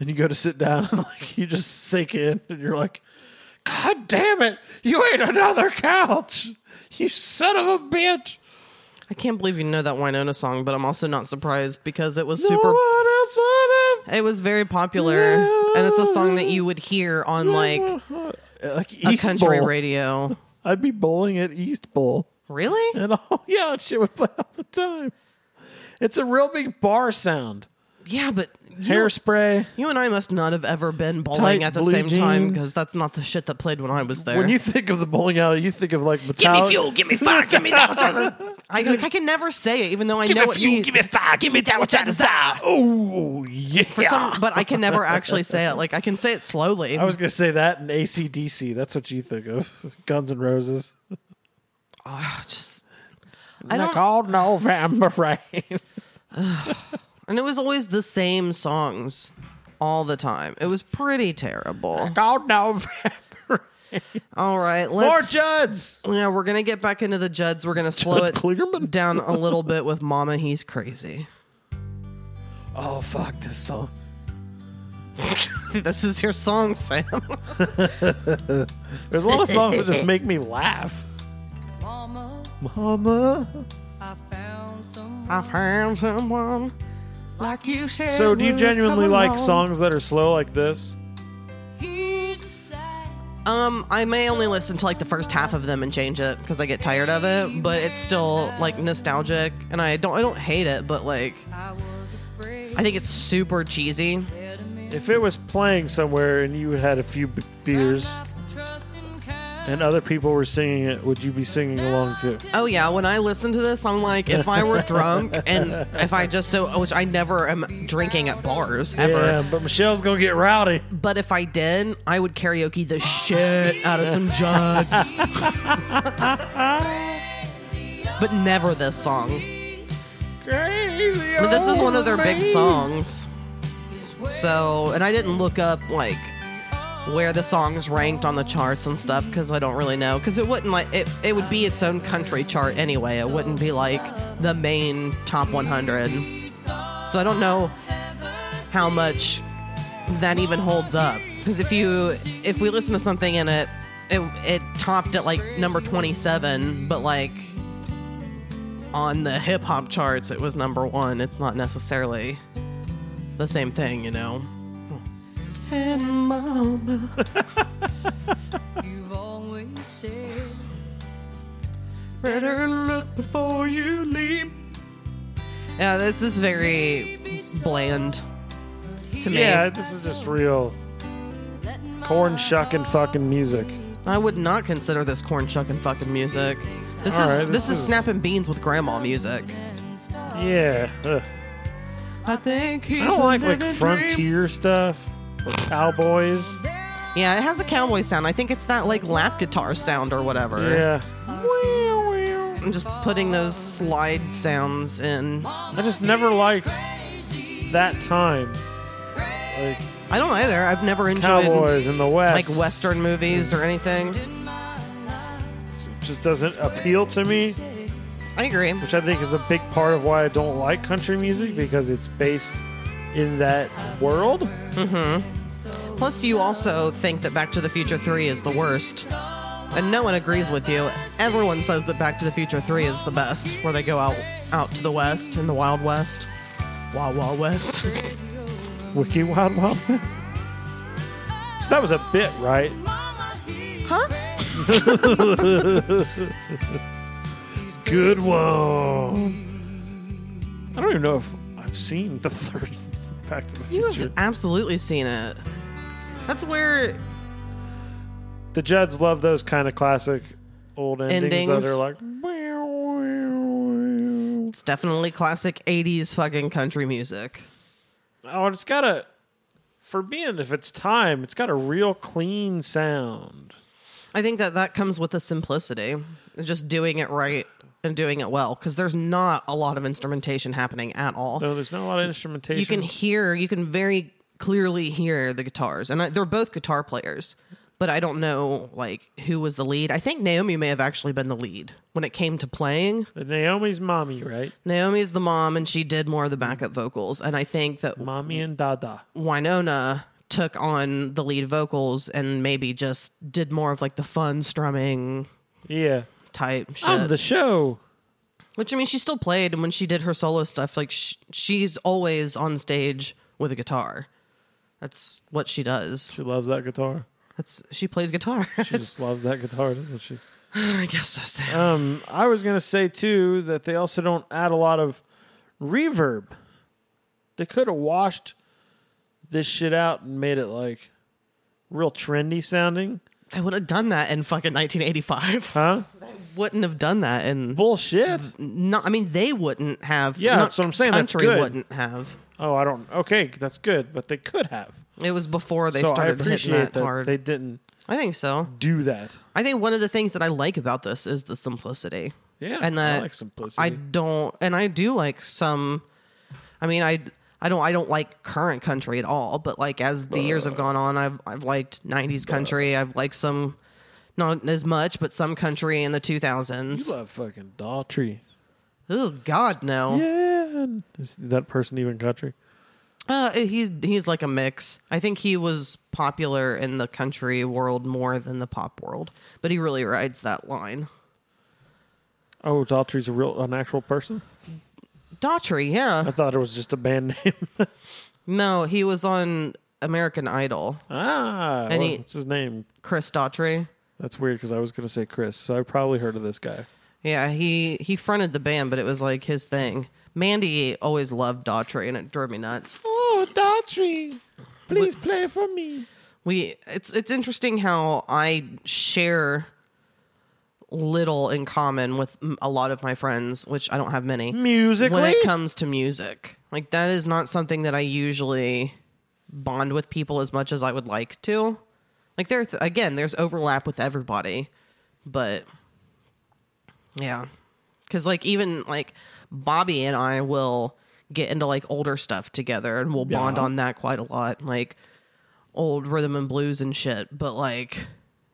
S2: and you go to sit down and like you just sink in and you're like, God damn it! You ate another couch. You son of a bitch.
S3: I can't believe you know that Winona song, but I'm also not surprised because it was
S2: No
S3: super.
S2: one else on earth.
S3: It was very popular, and it's a song that you would hear on like
S2: like
S3: a
S2: East
S3: country
S2: Bowl.
S3: radio.
S2: I'd be bowling at East Bowl.
S3: Really?
S2: And all yeah, that shit would play all the time. It's a real big bar sound.
S3: Yeah, but you,
S2: Hairspray.
S3: you and I must not have ever been bowling
S2: Tight
S3: at the
S2: blue
S3: same time
S2: jeans.
S3: because that's not the shit that played when I was there.
S2: When you think of the bowling alley, you think of like
S4: Give
S2: Metallica.
S4: me fuel, give me fire, give me that which I desire.
S3: I, like, I can never say it, even though I
S4: Give
S3: know
S4: me
S3: what
S4: fuel,
S3: means.
S4: give me fire, give me that which I desire.
S2: Oh yeah.
S3: for some, but I can never actually say it. Like I can say it slowly.
S2: I was gonna say that and ACDC. That's what you think of. Guns and Roses.
S3: Ah, just I don't.
S2: all November rain.
S3: and it was always the same songs all the time. It was pretty terrible.
S2: all November.
S3: All right,
S2: More
S3: let's.
S2: Judds.
S3: yeah, we're gonna get back into the Judds. We're gonna slow it
S2: Kligerman.
S3: down a little bit with Mama. He's crazy.
S2: Oh fuck this song.
S3: This is your song, Sam.
S2: There's a lot of songs that just make me laugh.
S1: Mama,
S2: Mama.
S1: I found some.
S3: I found someone like you said.
S2: So, do you
S3: would
S2: genuinely
S3: come
S2: like
S3: along.
S2: songs that are slow like this?
S1: Here's a sight.
S3: Um, I may only listen to like the first half of them and change it because I get tired of it. But it's still like nostalgic, and I don't I don't hate it, but like
S1: I was afraid.
S3: I think it's super cheesy.
S1: Let 'em in.
S2: If it was playing somewhere and you had a few b- beers
S1: Stop trusting kind.
S2: and other people were singing it, would you be singing along too?
S3: Oh yeah, when I listen to this, I'm like, if I were drunk and if I just so, which I never am drinking at bars ever.
S2: Yeah, but Michelle's gonna get rowdy.
S3: But if I did, I would karaoke the shit out of some jugs. but never this song.
S2: Crazy.
S3: But this is one of their big songs. So, and I didn't look up like where the songs ranked on the charts and stuff because I don't really know. Because it wouldn't like it. It would be its own country chart anyway. It wouldn't be like the main top 100. So I don't know how much that even holds up. Because if you if we listen to something in it, it it topped at like number 27, but like on the hip hop charts, it was number one. It's not necessarily the same thing, you know. And mama.
S1: You've always said
S3: Better look before you leap. Yeah, this is very bland to me.
S2: Yeah, this is just real
S1: letting my
S2: corn shucking fucking music.
S3: I would not consider this corn chucking fucking music. This
S2: All
S3: is
S2: right,
S3: this,
S2: this
S3: is,
S2: is-
S3: snapping beans with grandma music.
S2: Yeah. Ugh.
S3: I think he's
S2: I don't like like frontier stuff, cowboys.
S3: Yeah, it has a cowboy sound. I think it's that like lap guitar sound or whatever.
S2: Yeah.
S3: I'm just putting those slide sounds in.
S2: I just never liked that time. Like
S3: I don't either. I've never enjoyed
S2: cowboys in the West.
S3: like Western movies or anything.
S2: just doesn't appeal to me,
S3: I agree.
S2: which I think is a big part of why I don't like country music because it's based in that world.
S3: Plus, you also think that Back to the Future 3 is the worst. And no one agrees with you. Everyone says that Back to the Future 3 is the best, where they go out, out to the West, in the Wild West. Wild Wild West.
S1: crazy over
S2: Wiki Wild Wild West. So that was a bit, right?
S1: mama. He's
S3: Huh?
S1: He's
S2: Good one. I don't even know if I've seen the third Back to the
S3: You
S2: Future.
S3: have absolutely seen it. That's where
S2: the Judds love those kind of classic old endings, that
S3: Endings.
S2: are like. "Meow, meow, meow."
S3: it's definitely classic 80s fucking country music.
S2: Oh, and it's got a. For being if it's time, it's got a real clean sound.
S3: I think that that comes with the simplicity, and just doing it right and doing it well, because there's not a lot of instrumentation happening at all.
S2: No, there's not a lot of instrumentation.
S3: You can hear, you can very clearly hear the guitars, and I, they're both guitar players. But I don't know like who was the lead. I think Naomi may have actually been the lead when it came to playing.
S2: Naomi's mommy, right?
S3: Naomi's the mom, and she did more of the backup vocals. And I think that
S2: Mommy and Dada.
S3: Winona took on the lead vocals and maybe just did more of like the fun strumming
S2: Yeah.
S3: type shit.
S2: On Oh, the show.
S3: Which I mean, she still played, and when she did her solo stuff, like sh- she's always on stage with a guitar. That's what she does.
S2: She loves that guitar.
S3: That's she plays guitar.
S2: She just loves that guitar, doesn't she?
S3: I guess so. Sam.
S2: Um, I was gonna say too that they also don't add a lot of reverb. They could have washed this shit out and made it like real trendy sounding,
S3: I would have done that in fucking 1985.
S2: huh?
S3: Wouldn't have done that, and
S2: Bullshit.
S3: not. I mean, they wouldn't have.
S2: Yeah,
S3: not
S2: that's what I'm saying. That's
S3: Country
S2: good.
S3: wouldn't have.
S2: Oh, I don't. Okay, that's good, but they could have.
S3: It was before they
S2: so I
S3: started hitting
S2: appreciate
S3: that,
S2: that,
S3: hard.
S2: they didn't
S3: I think so.
S2: do that.
S3: I think one of the things that I like about this is the simplicity.
S2: Yeah,
S3: and
S2: I
S3: that
S2: like simplicity.
S3: I don't, and I do like some. I mean, I I don't I don't like current country at all, but like as the years have gone on, I've I've liked '90s country. I've liked some, not as much, but some country in the
S2: You
S3: 2000s.
S2: love fucking Daughtry.
S3: Oh God, no.
S2: Yeah, is that person even country?
S3: Uh, he he's like a mix. I think he was popular in the country world more than the pop world, but he really rides that line.
S2: Oh, Daughtry's a real, an actual person.
S3: Daughtry, yeah.
S2: I thought it was just a band name.
S3: No, he was on American Idol.
S2: ah, well,
S3: And he-
S2: what's his name?
S3: Chris Daughtry.
S2: That's weird because I was going to say Chris, so I probably heard of this guy.
S3: Yeah, he he fronted the band, but it was like his thing. Mandy always loved Daughtry, and it drove me nuts.
S2: Oh, Daughtry, please play for me.
S3: We it's it's interesting how I share little in common with m- a lot of my friends, which I don't have many.
S2: Musically?
S3: when it comes to music, like that is not something that I usually bond with people as much as I would like to. Like there th- again, there's overlap with everybody, but yeah, because like even like Bobby and I will get into like older stuff together, and we'll bond
S2: Yeah.
S3: on that quite a lot. Like old rhythm and blues and shit, but like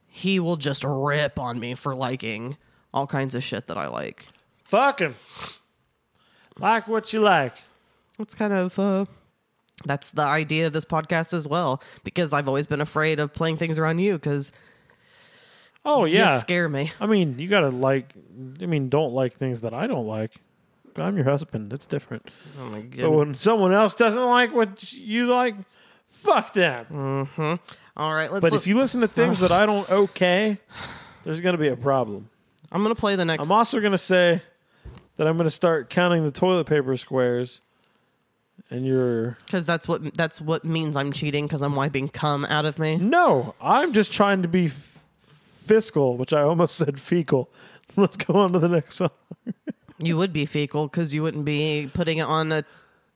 S3: he will just rip on me for liking all kinds of shit that I like.
S2: Fuck him. Like what you like.
S3: That's kind of uh that's the idea of this podcast as well because I've always been afraid of playing things around you cuz
S2: Oh yeah.
S3: you scare me.
S2: I mean, you gotta like. I mean, don't like things that I don't like. I'm your husband. It's different.
S3: Oh my
S2: But
S3: god.
S2: when someone else doesn't like what you like, fuck them.
S3: All right, let's
S2: But
S3: li-
S2: if you listen to things that I don't okay, there's gonna be a problem.
S3: I'm going to play the next
S2: I'm also going to say that I'm going to start counting the toilet paper squares and your
S3: cuz that's what that's what means I'm cheating cuz I'm wiping cum out of me.
S2: No, I'm just trying to be f- fiscal, which I almost said fecal. Let's go on to the next song.
S3: You would be fecal cuz you wouldn't be putting it on a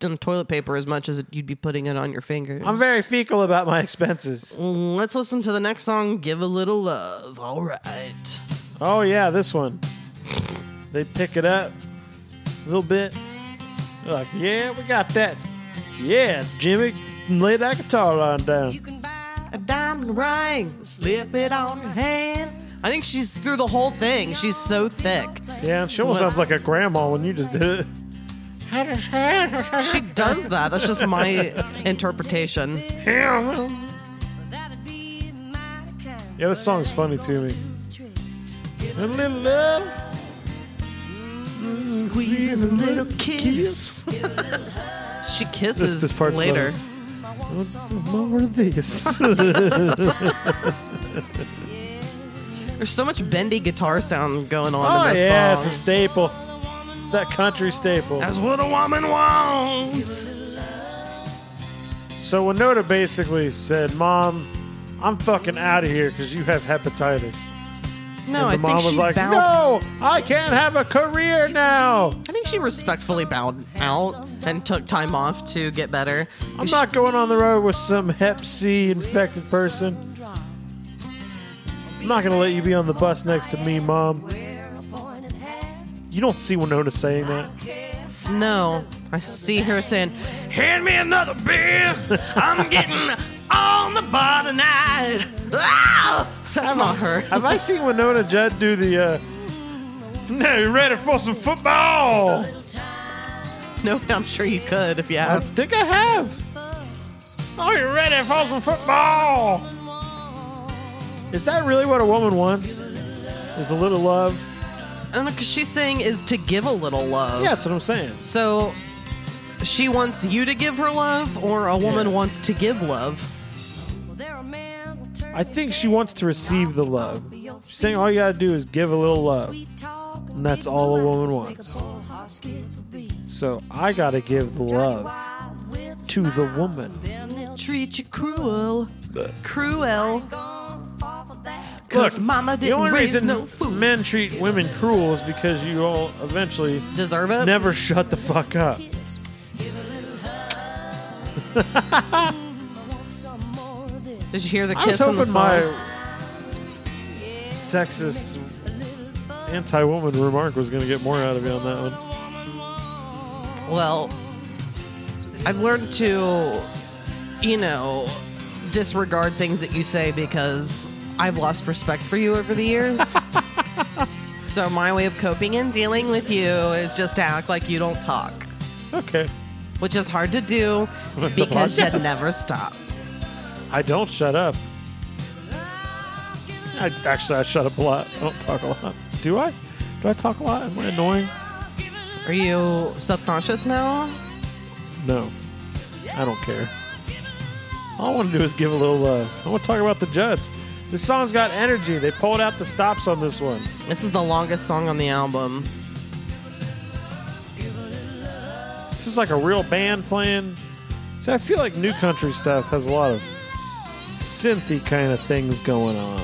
S3: on toilet paper as much as you'd be putting it on your fingers.
S2: I'm very fecal about my expenses.
S3: Let's listen to the next song, Give a Little Love. All right.
S2: Oh yeah, this one. They pick it up a little bit. They're like, "Yeah, we got that." Yeah, Jimmy, lay that guitar line down.
S1: You can buy
S3: a diamond ring, slip it on her hand. I think she's through the whole thing. She's so thick.
S2: Yeah, and she almost sounds like a grandma when you just did it.
S3: She does that. That's just my interpretation.
S1: that'd be my kind.
S2: Yeah, this song's funny to me. A little love,
S3: Squeeze a little kiss. she kisses
S2: this part's
S3: later.
S2: What's more of this?
S3: There's so much bendy guitar sound going on
S2: oh
S3: in this
S2: yeah,
S3: song.
S2: it's a staple. It's that country staple.
S4: That's what a woman wants.
S2: So Winona basically said, "Mom, I'm fucking out of here because you have hepatitis."
S3: no, Oh, I
S2: and the
S3: think
S2: mom was
S3: she
S2: like,
S3: bowed.
S2: "No, I can't have a career now.
S3: I think she respectfully bowed out and took time off to get better.
S2: I'm
S3: She-
S2: not going on the road with some Hep C infected person. I'm not gonna let you be on the bus next to me, Mom." You don't see Winona saying that.
S3: No, I see her saying,
S4: Hand me another beer. I'm getting on the bar tonight.
S3: "Ah!" That's not her.
S2: Have I seen Winona Judd do the? uh Now you ready for some football?
S3: No, I'm sure you could if you
S2: I
S3: asked.
S2: think I have. Are you ready for some football? Is that really what a woman wants? Is a little love?
S3: And because she's saying is to give a little love.
S2: Yeah, that's what I'm saying.
S3: So she wants you to give her love, or a woman
S2: Yeah.
S3: wants to give love.
S2: I think she wants to receive the love. She's saying all you gotta do is give a little love.
S1: And
S2: And that's all a woman wants. So I gotta give the love to the woman.
S3: Treat you cruel, cruel.
S2: Look,
S3: 'Cause mama
S2: the
S3: didn't
S2: only
S3: raise
S2: reason
S3: no fool.
S2: men treat women cruel is because you all eventually
S3: Deserve it.
S2: never shut the fuck up.
S3: Did you hear the
S2: I was
S3: kiss in
S2: hoping
S3: the song?
S2: my sexist anti-woman remark was going to get more out of you on that one.
S3: Well, I've learned to, you know, disregard things that you say because I've lost respect for you over the years. so my way of coping and dealing with you is just to act like you don't talk,
S2: Okay,
S3: which is hard to do
S2: It's a
S3: because you
S2: podcast.
S3: never stop.
S2: I don't shut up. I actually I shut up a lot. I don't talk a lot. Do I? Do I talk a lot? Am I annoying?
S3: Are you self-conscious now?
S2: No, I don't care. All I want to do is give a little love. I want to talk about the Judds. This song's got energy. They pulled out the stops on this one.
S3: This is the longest song on the album.
S2: This is like a real band playing. See, I feel like new country stuff has a lot of synthy kind of things going on.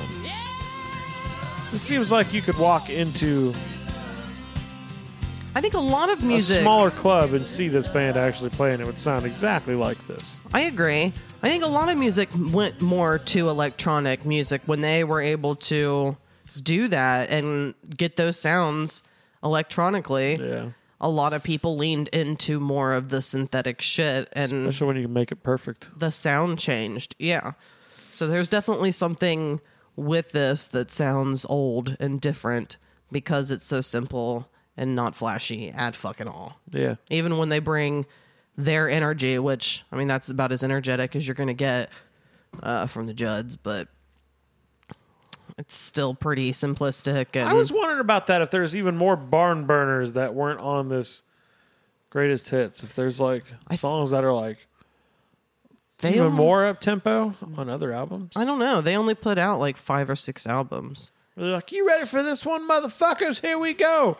S2: It seems like you could walk into
S3: I think a lot of
S2: a
S3: music.
S2: smaller club and see this band actually play, and it would sound exactly like this.
S3: I agree. I think a lot of music went more to electronic music when they were able to do that and get those sounds electronically.
S2: Yeah.
S3: A lot of people leaned into more of the synthetic shit and
S2: Especially when you can make it perfect.
S3: the sound changed. Yeah. So there's definitely something with this that sounds old and different because it's so simple and not flashy at fucking all
S2: Yeah.
S3: even when they bring their energy, which I mean that's about as energetic as you're gonna get uh, from the Judds, but it's still pretty simplistic. And
S2: I was wondering about that if there's even more barn burners that weren't on this greatest hits. If there's like songs that are like
S3: they
S2: even
S3: only-
S2: more up tempo on other albums.
S3: I don't know. They only put out like five or six albums.
S2: They're like, you ready for this one, motherfuckers? Here we go.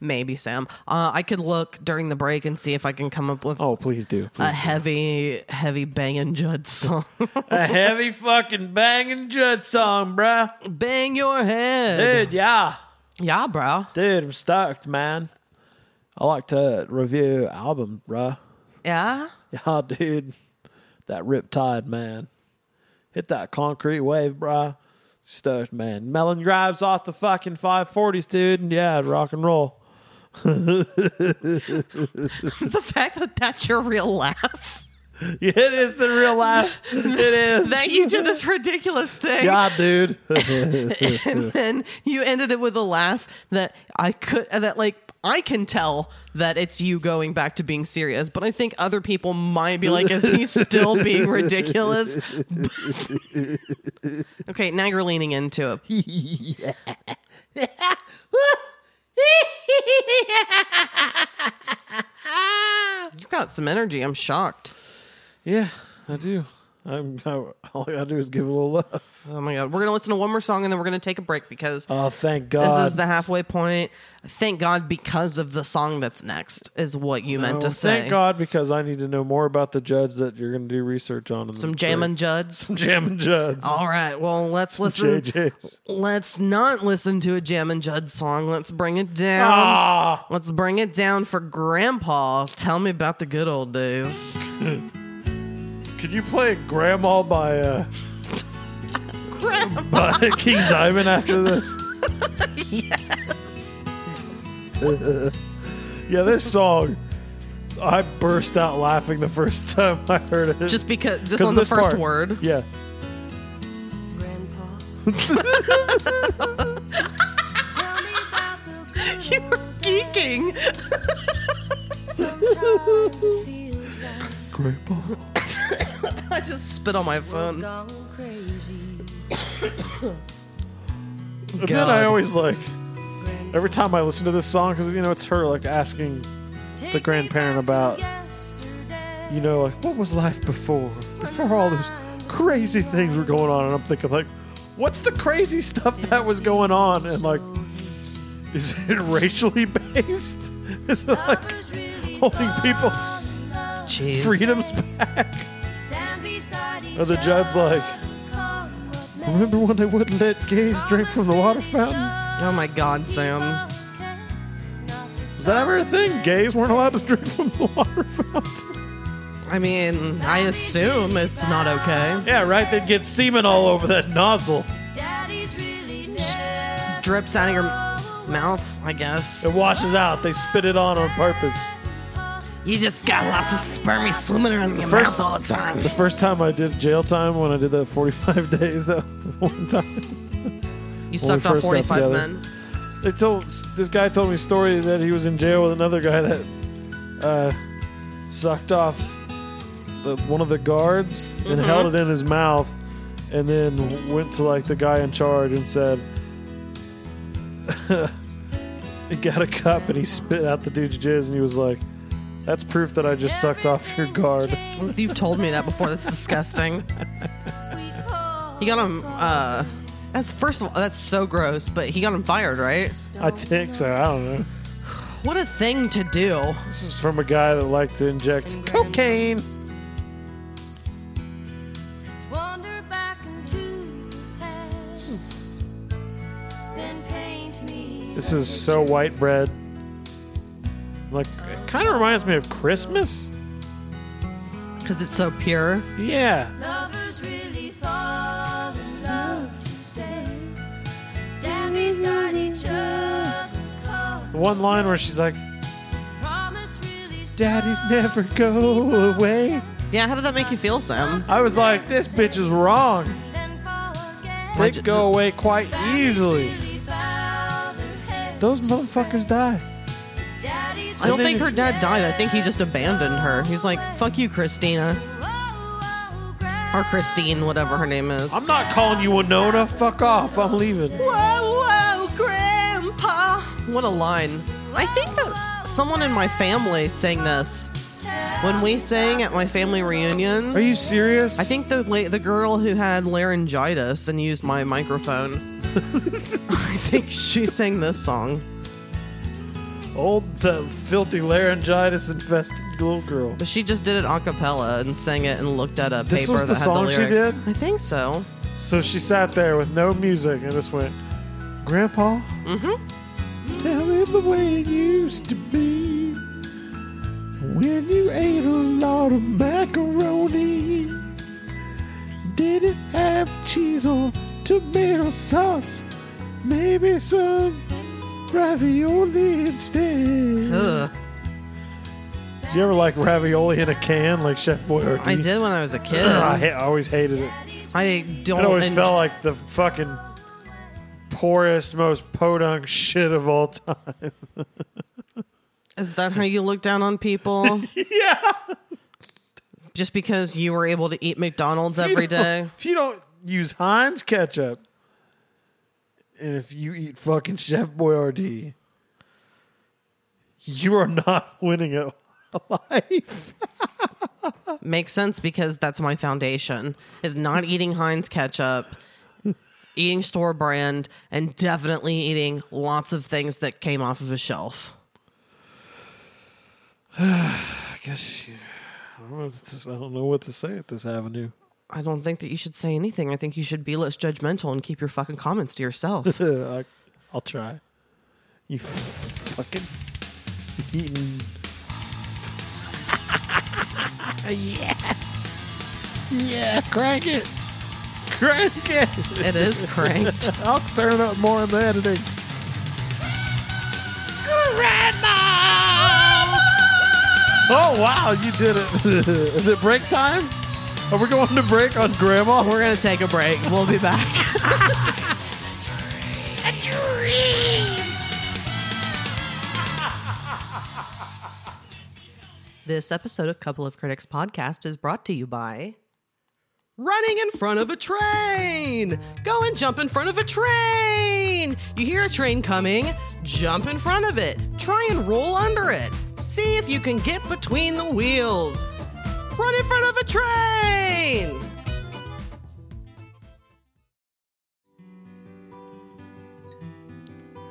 S3: Maybe Sam. Uh, I could look during the break and see if I can come up with
S2: Oh, please do.
S3: a
S2: Please.
S3: heavy, heavy banging Judd song.
S2: A heavy fucking banging Judd song, bruh.
S3: Bang your head,
S2: Dude, yeah.
S3: yeah, bro.
S2: Dude, I'm stoked, man. I like to review album, bruh.
S3: Yeah,
S2: Yeah, Ah, dude. That riptide, man. Hit that concrete wave, bruh. Stoked, man. Melon drives off the fucking 540s, dude. Yeah, rock and roll.
S3: the fact that that's your real laugh.
S2: It is the real life. It is.
S3: that you did this ridiculous thing.
S2: God, dude.
S3: and then you ended it with a laugh that I could that like I can tell that it's you going back to being serious, but I think other people might be like, is he still being ridiculous? okay, now you're leaning into it. You've got some energy. I'm shocked.
S2: Yeah, I do. I'm, I, all I gotta do is give a little love.
S3: Oh my God. We're going to listen to one more song and then we're going to take a break because
S2: Oh, thank God.
S3: This is the halfway point. Thank God because of the song that's next is what you meant
S2: Oh,
S3: to say.
S2: Thank God, because I need to know more about the judge that you're gonna do research on. in the
S3: Some
S2: break.
S3: jammin' Judds.
S2: Jammin' Judds.
S3: All right. Well, let's listen.
S2: JJ's.
S3: Let's not listen to a Jammin' Judd song. Let's bring it down.
S2: Ah,
S3: Let's bring it down for Grandpa. Tell me about the good old days.
S2: can you play Grandma by uh, by King Diamond after this? yeah, this song. I burst out laughing the first time I heard it.
S3: Just because, just
S2: 'Cause
S3: on the
S2: this
S3: first
S2: part.
S3: word.
S2: Yeah.
S1: Grandpa. Tell me about the good
S3: You were
S1: old days.
S3: geeking.
S1: Sometimes it feels like
S2: Grandpa.
S3: I just spit on my
S1: world's
S3: phone.
S1: gone crazy.
S2: And then I
S3: God.
S2: always like
S1: Grandpa,
S2: every time I listen to this song because you know it's her like asking
S1: take me
S2: grandparent
S1: back to
S2: about,
S1: yesterday.
S2: you know, like, what was life before? Before all those crazy things were going on. And I'm thinking, like, what's the crazy stuff that was going on? And, like,
S1: So easy.
S2: is it racially based? Is it, like,
S1: Lovers really
S2: holding
S1: fall
S2: people's
S1: in love.
S3: Jeez.
S2: freedoms back?
S1: Stand beside each
S2: Or the jud's
S1: other,
S2: like,
S1: call what may.
S2: Remember when they wouldn't let gays drink from the water fountain?
S1: fountain.
S3: Oh my God, Sam.
S2: Is that ever a thing? Gays weren't allowed to drink from the water fountain.
S3: I mean, I assume it's not okay.
S2: Yeah, right? They'd get semen all over that nozzle.
S1: Daddy's really never
S3: Drips out of your mouth, I guess.
S2: It washes out. They spit it on on purpose.
S3: You just got lots of spermy swimming around your
S2: First-
S3: mouth all the time.
S2: The first time I did jail time when I did that 45 days that one time. When we
S3: You sucked off
S2: first got
S3: 45
S2: together.
S3: men.
S2: They told this guy told me a story that he was in jail with another guy that uh, sucked off the, one of the guards and held it in his mouth, and then went to like the guy in charge and said, "He got a cup and he spit out the dude's jizz," and he was like, "That's proof that I just sucked off your guard."
S3: You've told me that before. That's disgusting. He got him, uh, that's first of all, that's so gross, but he got him fired, right?
S2: I think so. I don't know.
S3: What a thing to do.
S2: This is from a guy that liked to inject cocaine.
S1: Let's wander back into the past. Then paint me.
S2: This is so white bread. Like, it kind of reminds me of Christmas.
S3: Because it's so pure.
S2: Yeah.
S1: Lovers really fall in love to stay. Stand beside each other. call.
S2: The one line where she's like,
S1: Promise really
S2: Daddies never go away.
S3: Yeah, how did that make you feel, Sam?
S2: I was like, this bitch is wrong.
S1: then forget.
S2: They go away quite easily.
S1: Really bow their heads.
S2: Those motherfuckers die.
S1: Daddy's
S3: I don't
S2: then
S3: think
S2: you-
S3: her dad died. I think he just abandoned her. He's like, fuck you, Christina.
S1: Oh,
S3: Or Christine, whatever her name is.
S2: I'm not calling you Winona. Fuck off. I'm leaving.
S3: Whoa, whoa, Grandpa! What a line. I think that someone in my family sang this when we sang at my family reunion.
S2: Are you serious?
S3: I think the la- the girl who had laryngitis and used my microphone. I think she sang this song.
S2: old, the filthy laryngitis infested little girl.
S3: But she just did it a cappella and sang it and looked at a
S2: This
S3: paper
S2: was the
S3: that
S2: song
S3: had
S2: she
S3: the lyrics.
S2: did?
S3: I think so.
S2: So she sat there with no music and just went, Grandpa, tell me the way it used to be when you ate a lot of macaroni. Did it have cheese or tomato sauce? Maybe some ravioli instead.
S3: Ugh.
S2: Do you ever like ravioli in a can, like Chef Boyardee?
S3: I did when I was a kid.
S2: I, ha- I always hated it.
S3: I don't.
S2: It always
S3: en-
S2: felt like the fucking poorest, most podunk shit of all time.
S3: Is that how you look down on people?
S2: yeah.
S3: Just because you were able to eat McDonald's every
S2: you don't-
S3: day?
S2: If you don't use Heinz ketchup, and if you eat fucking Chef Boyardee, you are not winning at life.
S3: Makes sense because that's my foundation is not eating Heinz ketchup, eating store brand, and definitely eating lots of things that came off of a shelf.
S2: I guess you, I, don't know, it's just- I don't know what to say at this avenue.
S3: I don't think that you should say anything. I think you should be less judgmental and keep your fucking comments to yourself.
S2: I, I'll try. You fucking eating. yes. Yeah, crank it. Crank it.
S3: it is cranked.
S2: I'll turn up more in the editing. Grandma! Oh wow, you did it! Is it break time? Are we going to break on Grandma?
S3: We're going to take a break. We'll be back. This episode of Couple of Critics podcast is brought to you by Running in front of a train. Go and jump in front of a train. You hear a train coming, jump in front of it. Try and roll under it. See if you can get between the wheels. Run in front of a train.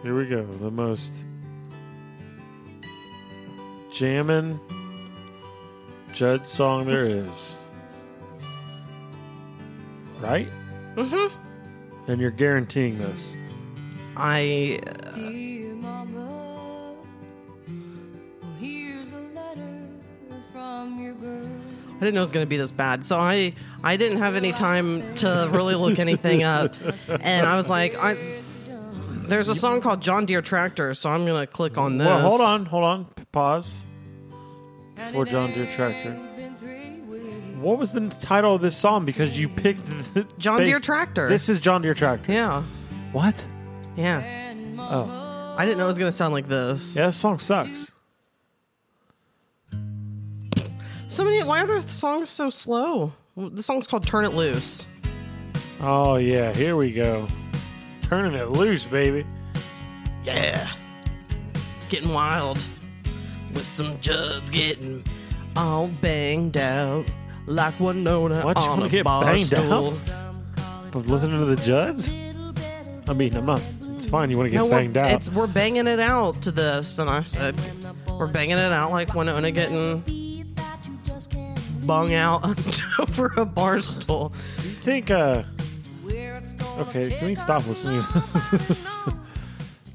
S2: Here we go. The most jammin' Judd song there is. Right?
S3: Mhm.
S2: And you're guaranteeing this.
S3: I
S1: Dear Mama, here's a letter from your girl.
S3: I didn't know it was going to be this bad. So I I didn't have any time to really look anything up. And I was like, I there's a song called John Deere Tractor, so I'm going to click on this.
S2: Well, hold on, hold on. P- Pause.
S1: for
S2: For John Deere Tractor. What was the title of this song? Because you picked the
S3: John Deere Tractor.
S2: This is John Deere Tractor.
S3: Yeah.
S2: What?
S3: Yeah.
S2: Oh,
S3: I didn't know it was going to sound like this.
S2: yeah. This song sucks.
S3: So many why are their songs so slow? The song's called Turn It Loose.
S2: Oh yeah. Here we go. Turning it loose, baby.
S3: Yeah. Getting wild. With some juds getting all banged out. Like Winona
S2: What, you
S3: on
S2: wanna
S3: a
S2: get
S3: bar
S2: banged out?
S3: stool.
S2: But listening to the Judds. I mean, I'm not. It's fine. You want to get
S3: we're-
S2: banged out?
S3: It's, we're banging it out to this, and I said, we're banging it out like Winona getting bung out over a bar stool.
S2: Do you think? uh Okay, can we stop listening to this?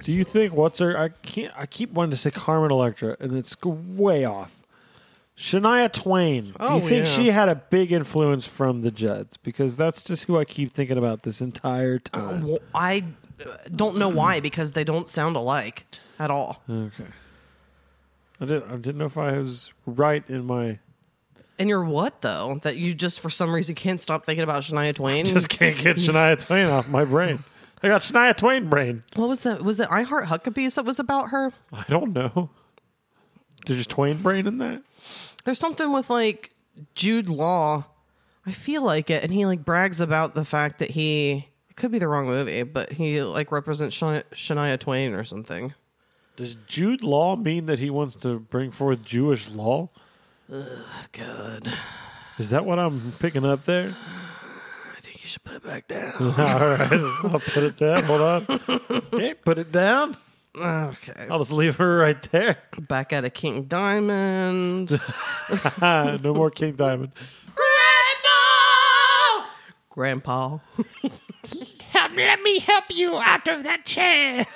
S2: Do you think what's her? I can't. I keep wanting to say Carmen Electra, and it's way off. Shania Twain. Do
S3: Oh,
S2: you think
S3: yeah.
S2: she had a big influence from the Judds? Because that's just who I keep thinking about this entire time.
S3: Well, I don't know why, because they don't sound alike at all.
S2: Okay. I didn't. I didn't know if I was right in my.
S3: And you're what, though? That you just, for some reason, can't stop thinking about Shania Twain?
S2: Just can't get Shania Twain off my brain. I got Shania Twain brain.
S3: what was that? Was it I Heart Huckabees that was about her?
S2: I don't know. There's Twain brain in that.
S3: There's something with like Jude Law. I feel like it, and he like brags about the fact that he it could be the wrong movie, but he like represents Shania, Shania Twain or something.
S2: Does Jude Law mean that he wants to bring forth Jewish law?
S3: Good.
S2: Is that what I'm picking up there?
S3: I think you should put it back down.
S2: All right, I'll put it down. Hold on. Okay, put it down.
S3: okay.
S2: I'll just leave her right there.
S3: Back at a King Diamond.
S2: Ah, no more King Diamond.
S3: Grandpa.
S4: Help me, let me help you out of that chair.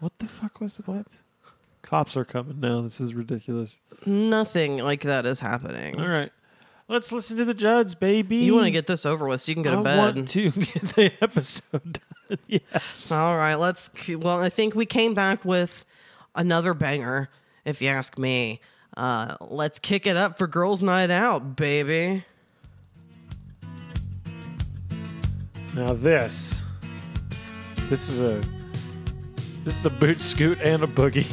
S2: What the fuck was the what? Cops are coming now. This is ridiculous.
S3: Nothing like that is happening.
S2: All right, let's listen to the Judds, baby.
S3: You want to get this over with so you can go to
S2: I
S3: bed.
S2: want to get the episode done. Yes.
S3: All right, let's. Well, I think we came back with another banger, if you ask me. Uh, let's kick it up for Girls Night Out, baby.
S2: Now this This is a this is a boot scoot and a boogie.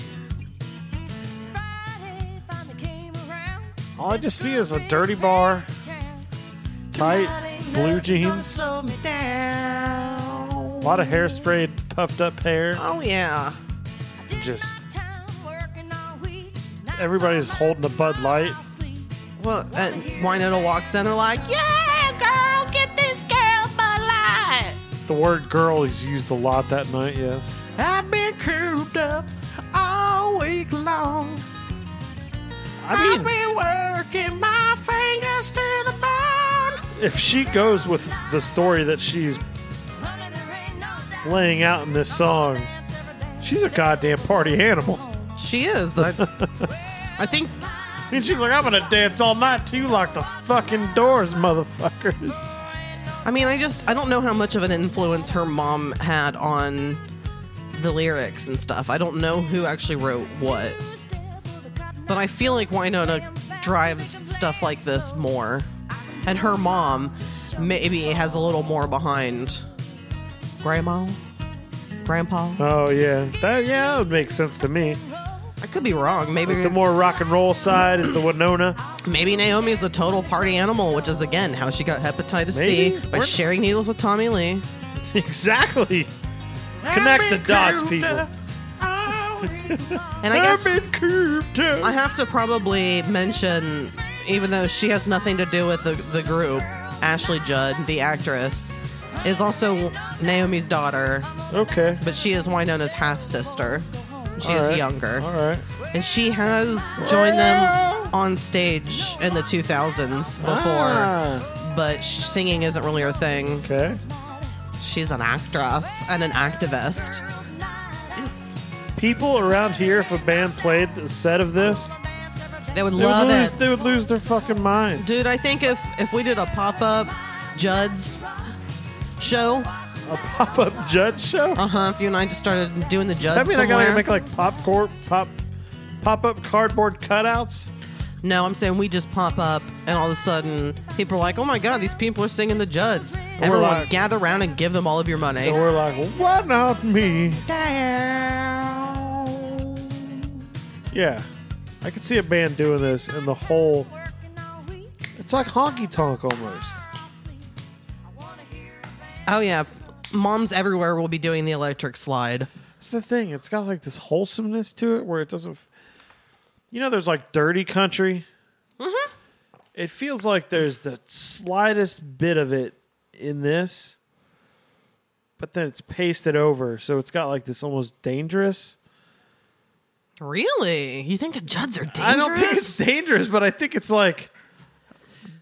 S1: Friday finally came around.
S2: All I just
S1: This
S2: see is a
S1: big
S2: dirty bar,
S1: town.
S2: tight blue
S1: Tonight ain't
S2: jeans, a lot of hairsprayed, puffed up hair.
S3: Oh yeah.
S1: I did
S2: Just-
S1: my time working all week. Tonight's
S2: Everybody's
S1: all
S2: holding a Bud Light.
S1: I'll sleep.
S3: Well, and Winona walks in. They're like, "Yeah, girl, get this girl Bud Light."
S2: The word girl is used a lot that night, yes.
S3: I've been cooped up all week long.
S2: I mean,
S3: been working my fingers to the bone.
S2: if she goes with the story that she's
S1: Honey, there ain't no doubt.
S2: laying out in this song,
S1: Dance every day.
S2: she's a goddamn party animal.
S3: She is. The, I think
S2: I mean, she's like, I'm gonna dance all night till you lock the fucking doors, motherfuckers.
S3: I mean, I just I don't know how much of an influence her mom had on the lyrics and stuff. I don't know who actually wrote what, but I feel like Winona drives stuff like this more, and her mom maybe has a little more behind grandma, grandpa.
S2: Oh yeah, that yeah, that would make sense to me.
S3: I could be wrong. Maybe
S2: The more rock and roll side is the Winona.
S3: maybe Naomi is a total party animal, which is again how she got hepatitis
S2: Maybe.
S3: C by
S2: We're-
S3: sharing needles with Tommy Lee.
S2: exactly. Connect the dots, people.
S3: And I guess
S2: I've been cooped up.
S3: I have to probably mention, even though she has nothing to do with the, the group, Ashley Judd, the actress, is also Naomi's daughter,
S2: Okay.
S3: but she is Winona's half sister. She's
S2: All right.
S3: younger.
S2: All right.
S3: And she has joined them on stage in the 2000s before,
S2: Ah,
S3: but sh- singing isn't really her thing.
S2: okay.
S3: She's an actress and an activist.
S2: People around here, if a band played a set of this,
S3: They
S2: they
S3: would
S2: would,
S3: love
S2: lose,
S3: it.
S2: they would lose their fucking mind.
S3: Dude, I think if, if we did a pop up Judd's show,
S2: A pop up judge show?
S3: Uh huh. If you and I just started doing the judge
S2: That mean I
S3: somewhere.
S2: gotta make like popcorn, pop, pop up cardboard cutouts?
S3: no, I'm saying we just pop up, and all of a sudden, people are like, "Oh my god, these people are singing the Judds!" Everyone
S2: like-
S3: gather around and give them all of your money.
S2: And we're like, why not me? Yeah. I could see a band doing this and the whole. It's like honky tonk almost.
S3: Oh yeah, moms everywhere will be doing the electric slide.
S2: That's the thing. It's got like this wholesomeness to it where it doesn't. f- You know, there's like dirty country. Mm-hmm. It feels like there's the slightest bit of it in this, but then it's pasted over. So it's got like this almost dangerous.
S3: Really? You think the Judds are dangerous?
S2: I don't think it's dangerous, but I think it's like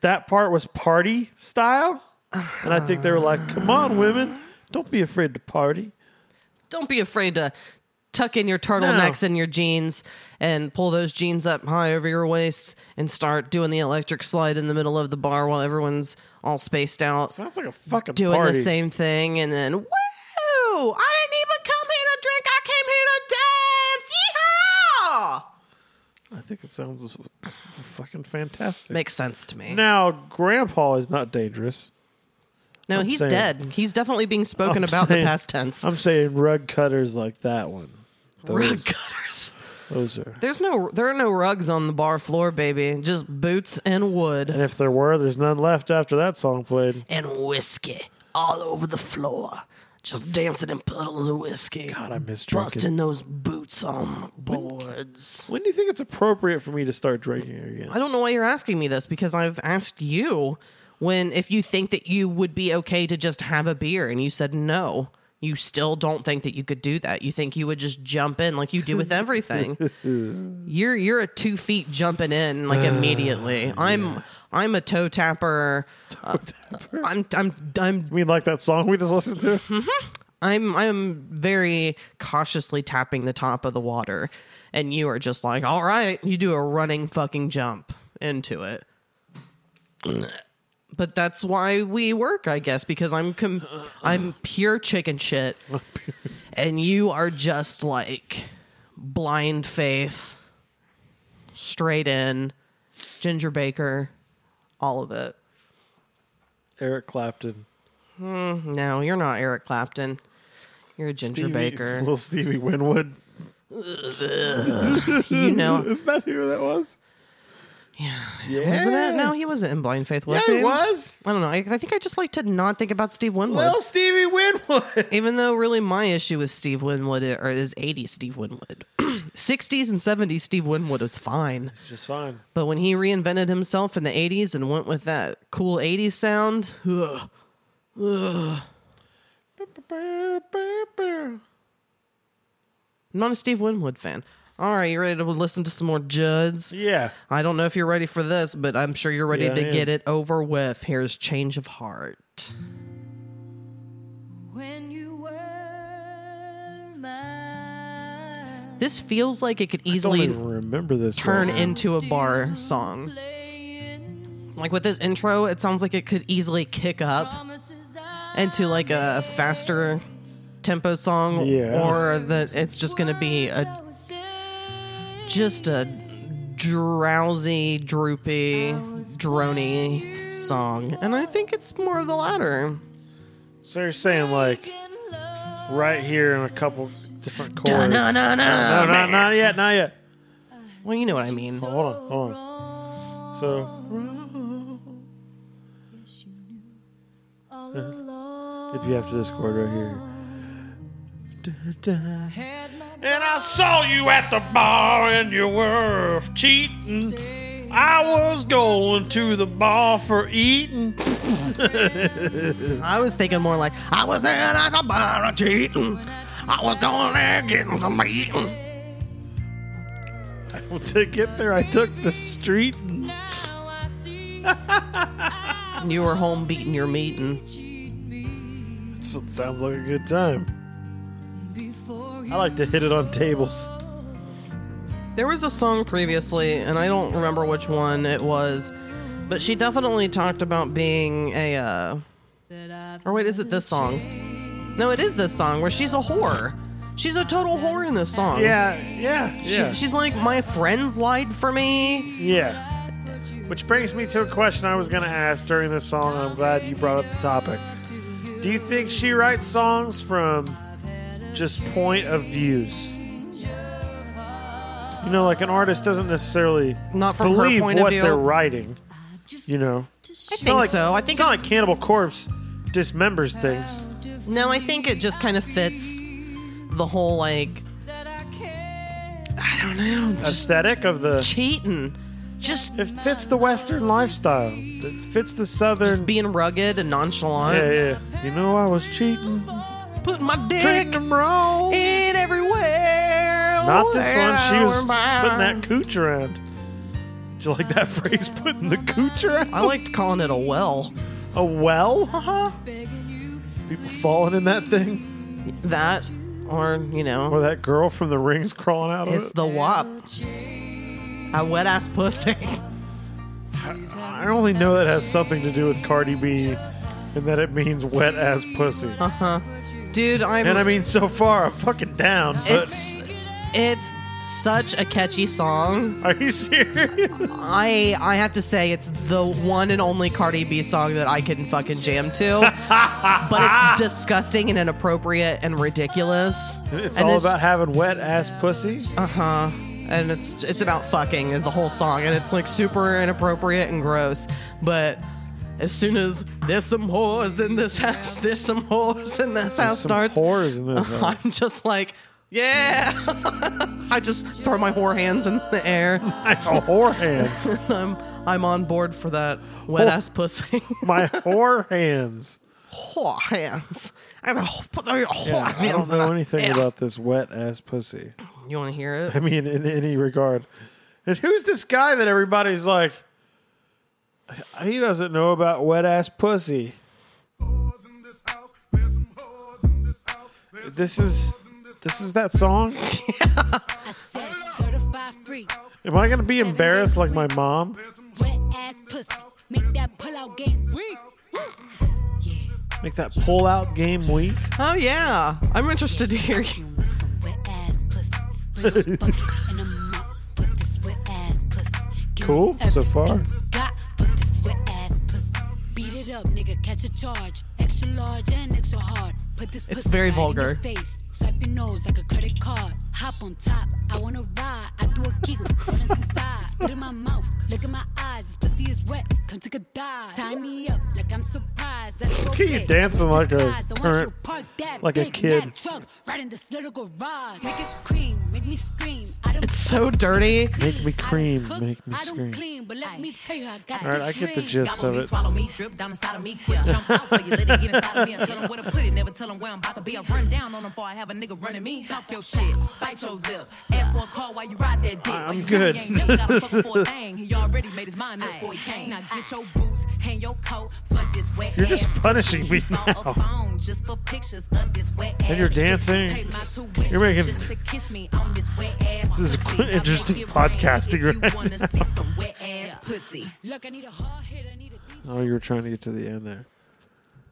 S2: that part was party style. And I think they were like, come on, women, don't be afraid to party.
S3: Don't be afraid to tuck in your turtlenecks and your jeans and pull those jeans up high over your waists and start doing the electric slide in the middle of the bar while everyone's all spaced out.
S2: Sounds like a fucking
S3: doing
S2: party.
S3: the same thing and then woo i didn't even come here to drink i came here to dance
S2: I think it sounds fucking fantastic.
S3: yeehaw makes sense to me no,
S2: now, Grandpa is not dangerous.
S3: he's
S2: saying-
S3: dead he's definitely being spoken
S2: I'm
S3: about in
S2: saying-
S3: the past tense
S2: I'm saying rug cutters like that one. Those,
S3: rug cutters
S2: those are.
S3: there's no there are no rugs on the bar floor baby just boots and wood
S2: And if there were, there's none left after that song played.
S4: And whiskey all over the floor. Just dancing in puddles of whiskey.
S2: God, I miss
S4: Busting
S2: drinking.
S4: those boots on boards.
S2: When do you think it's appropriate for me to start drinking again?
S3: i don't know why you're asking me this because i've asked you when if you think that you would be okay to just have a beer and you said no you still don't think that you could do that you think you would just jump in like you do with everything you're you're a two feet jumping in like immediately i'm i'm a toe tapper Uh, i'm i'm i'm
S2: I mean, like that song we just listened to?
S3: i'm i'm very cautiously tapping the top of the water and you are just like all right you do a running fucking jump into it but that's why we work i guess because i'm com- i'm pure chicken shit and you are just like blind faith straight in ginger baker all of it
S2: Eric Clapton.
S3: no you're not eric clapton You're a ginger
S2: Stevie-
S3: baker.
S2: Little Stevie Winwood.
S3: You know,
S2: Is that who that was? Yeah.
S3: wasn't it? No, he wasn't in Blind Faith, was
S2: Yeah,
S3: he?
S2: he was.
S3: I don't know. I, I think I just like to not think about Steve Winwood.
S2: Little Stevie Winwood.
S3: Even though really my issue with Steve Winwood or is 80s Steve Winwood. 60s and 70s Steve Winwood was fine.
S2: Just fine.
S3: But when he reinvented himself in the 80s and went with that cool 80s sound, ugh, ugh. I'm not a Steve Winwood fan. All right, you ready to listen to some more Judds?
S2: Yeah.
S3: I don't know if you're ready for this, but I'm sure you're ready
S2: Yeah, I
S3: to
S2: am.
S3: get it over with. Here's Change of Heart.
S1: When you were mine.
S3: This feels like it could
S2: I don't
S3: easily
S2: even remember this.
S3: turn
S2: one.
S3: into a bar song. Like with this intro, it sounds like it could easily kick up into like a faster tempo song,
S2: Yeah.
S3: or that it's just going to be a just a drowsy, droopy, drony song. And I think it's more of the latter.
S2: So you're saying like right here in a couple different chords.
S3: Na-na-na-na.
S2: No, not, not yet, not yet.
S3: Well, you know what I mean.
S2: Oh, hold on, hold on. So
S3: Uh.
S2: if you have to this chord right here. And I saw you at the bar and you were cheating. I was going to the bar for eating.
S3: I was thinking more like, I was there at a bar a cheating. I was going there getting some eating.
S2: to get there, I took the street.
S3: You were home beating your meat and
S2: That's what sounds like a good time. I like to hit it on tables.
S3: There was a song previously, and I don't remember which one it was, but she definitely talked about being a. Uh, or wait, is it this song? No, it is this song where she's a whore. She's a total whore in this song.
S2: Yeah, yeah,
S3: She-
S2: yeah.
S3: she's like, my friends lied for me.
S2: yeah. Which brings me to a question I was going to ask during this song. and I'm glad you brought up the topic. Do you think she writes songs from just point of views? You know, like an artist doesn't necessarily
S3: Not from her
S2: believe
S3: point of
S2: what
S3: view.
S2: they're writing. You know,
S3: I think
S2: like-
S3: so. I
S2: it's
S3: think
S2: not
S3: it's-
S2: like Cannibal Corpse dismembers things.
S3: no, I think it just kind of fits the whole like I don't know, just
S2: Aesthetic of the
S3: cheating, just
S2: It fits the Western lifestyle. It fits the
S3: just
S2: Southern.
S3: being rugged and nonchalant,
S2: Yeah, yeah. You know I was cheating,
S3: putting my dick
S2: treating them wrong.
S3: in everywhere. Oh,
S2: Not this one. She was
S3: where I-
S2: putting that cooch around. Did you like that phrase? Putting the cooch around.
S3: I Uh-huh. liked calling it a well.
S2: A well? Uh huh. People falling in that thing,
S3: That, or you
S2: or
S3: know,
S2: that girl from the rings crawling out of
S3: it's
S2: it.
S3: the wop. A wet ass pussy.
S2: I only know that has something to do with Cardi B, and that it means wet ass pussy.
S3: Uh-huh. Dude, I'm.
S2: And I mean, so far I'm fucking down. But
S3: it's it's such a catchy song.
S2: are you serious?
S3: I I have to say it's the one and only Cardi B song that I can fucking jam to. but it's disgusting and inappropriate and ridiculous.
S2: It's
S3: And
S2: all about having wet ass pussy.
S3: Uh huh. And it's it's about fucking is the whole song, and it's like super inappropriate and gross. But as soon as there's some whores in this house, there's some whores in this house
S2: Some
S3: starts,
S2: whores in this house.
S3: I'm just like, yeah. I just throw my whore hands in the air.
S2: My whore hands.
S3: I'm I'm on board for that wet ass pussy.
S2: My whore hands.
S3: whore hands. I don't know.
S2: Yeah, I don't know anything about this wet ass pussy.
S3: You want to hear it?
S2: I mean, in any regard. And who's this guy that everybody's like, he doesn't know about wet ass pussy? This is this is that song.
S5: said certified free.
S2: Am I gonna be embarrassed like my mom?
S5: Wet ass pussy. Make that pull out game weak. Yeah,
S2: Make that pull out game weak?
S3: Oh yeah, I'm interested to hear you.
S5: fucking with some wet ass pussy. Bring a bucket and a mop for this wet ass pussy. Give me
S2: Cool, so
S5: everything
S2: far.
S5: you Got for this wet ass pussy. Beat it up, nigga. Catch a charge. Extra large and extra hard. Put this
S3: It's
S5: pussy
S3: very
S5: right in
S3: vulgar.
S5: your Face. Swipe your nose like a credit card. Hop on top. I wanna ride. I do a giggle. Rollin' inside. Spit in my mouth. Look in my eyes. This pussy is wet. Come take a dive. Tie me up like I'm surprised. That's
S2: at you dancing like a
S5: Disguise. I want you
S2: current-
S5: to park that
S2: like a
S5: big
S2: kid.
S5: Mack truck right in this little garage. Make it cream. Make me scream. I don't
S3: It's so dirty.
S2: Make me
S5: I don't
S2: cream,
S5: cook,
S2: make me
S5: I don't
S2: scream.
S5: clean, but let me tell you, I got
S2: All right,
S5: this
S2: I get the
S5: ring.
S2: gist
S6: Gobble
S2: of
S6: me,
S2: it.
S6: swallow me, drip down inside of me quick. Jump out for you, let it get inside of me. I tell 'em where to put it, never tell 'em where I'm about to be. I run down on 'em before I have a nigga running me. Talk your shit, bite your lip, ask for a call while you ride that dick.
S2: I'm
S6: Why you
S2: good.
S6: really ain't never got a fucking for a thing. He already made his mind up before he came. Now get your boots, hang your coat, fuck this wet
S2: You're just
S6: ass.
S2: punishing me
S6: Bought a
S2: now.
S6: phone just for pictures of this wet
S2: And you're
S6: ass.
S2: dancing.
S6: Paid my tuition
S2: You're making-
S6: just to kiss me on this wet ass
S2: This is
S6: pussy.
S2: quite
S6: I make
S2: interesting
S6: it rain
S2: podcasting
S6: if you
S2: right
S6: wanna see some wet ass pussy.
S5: Look, I need a hard hit. I need a deep
S2: Oh, you were trying to get to the end there.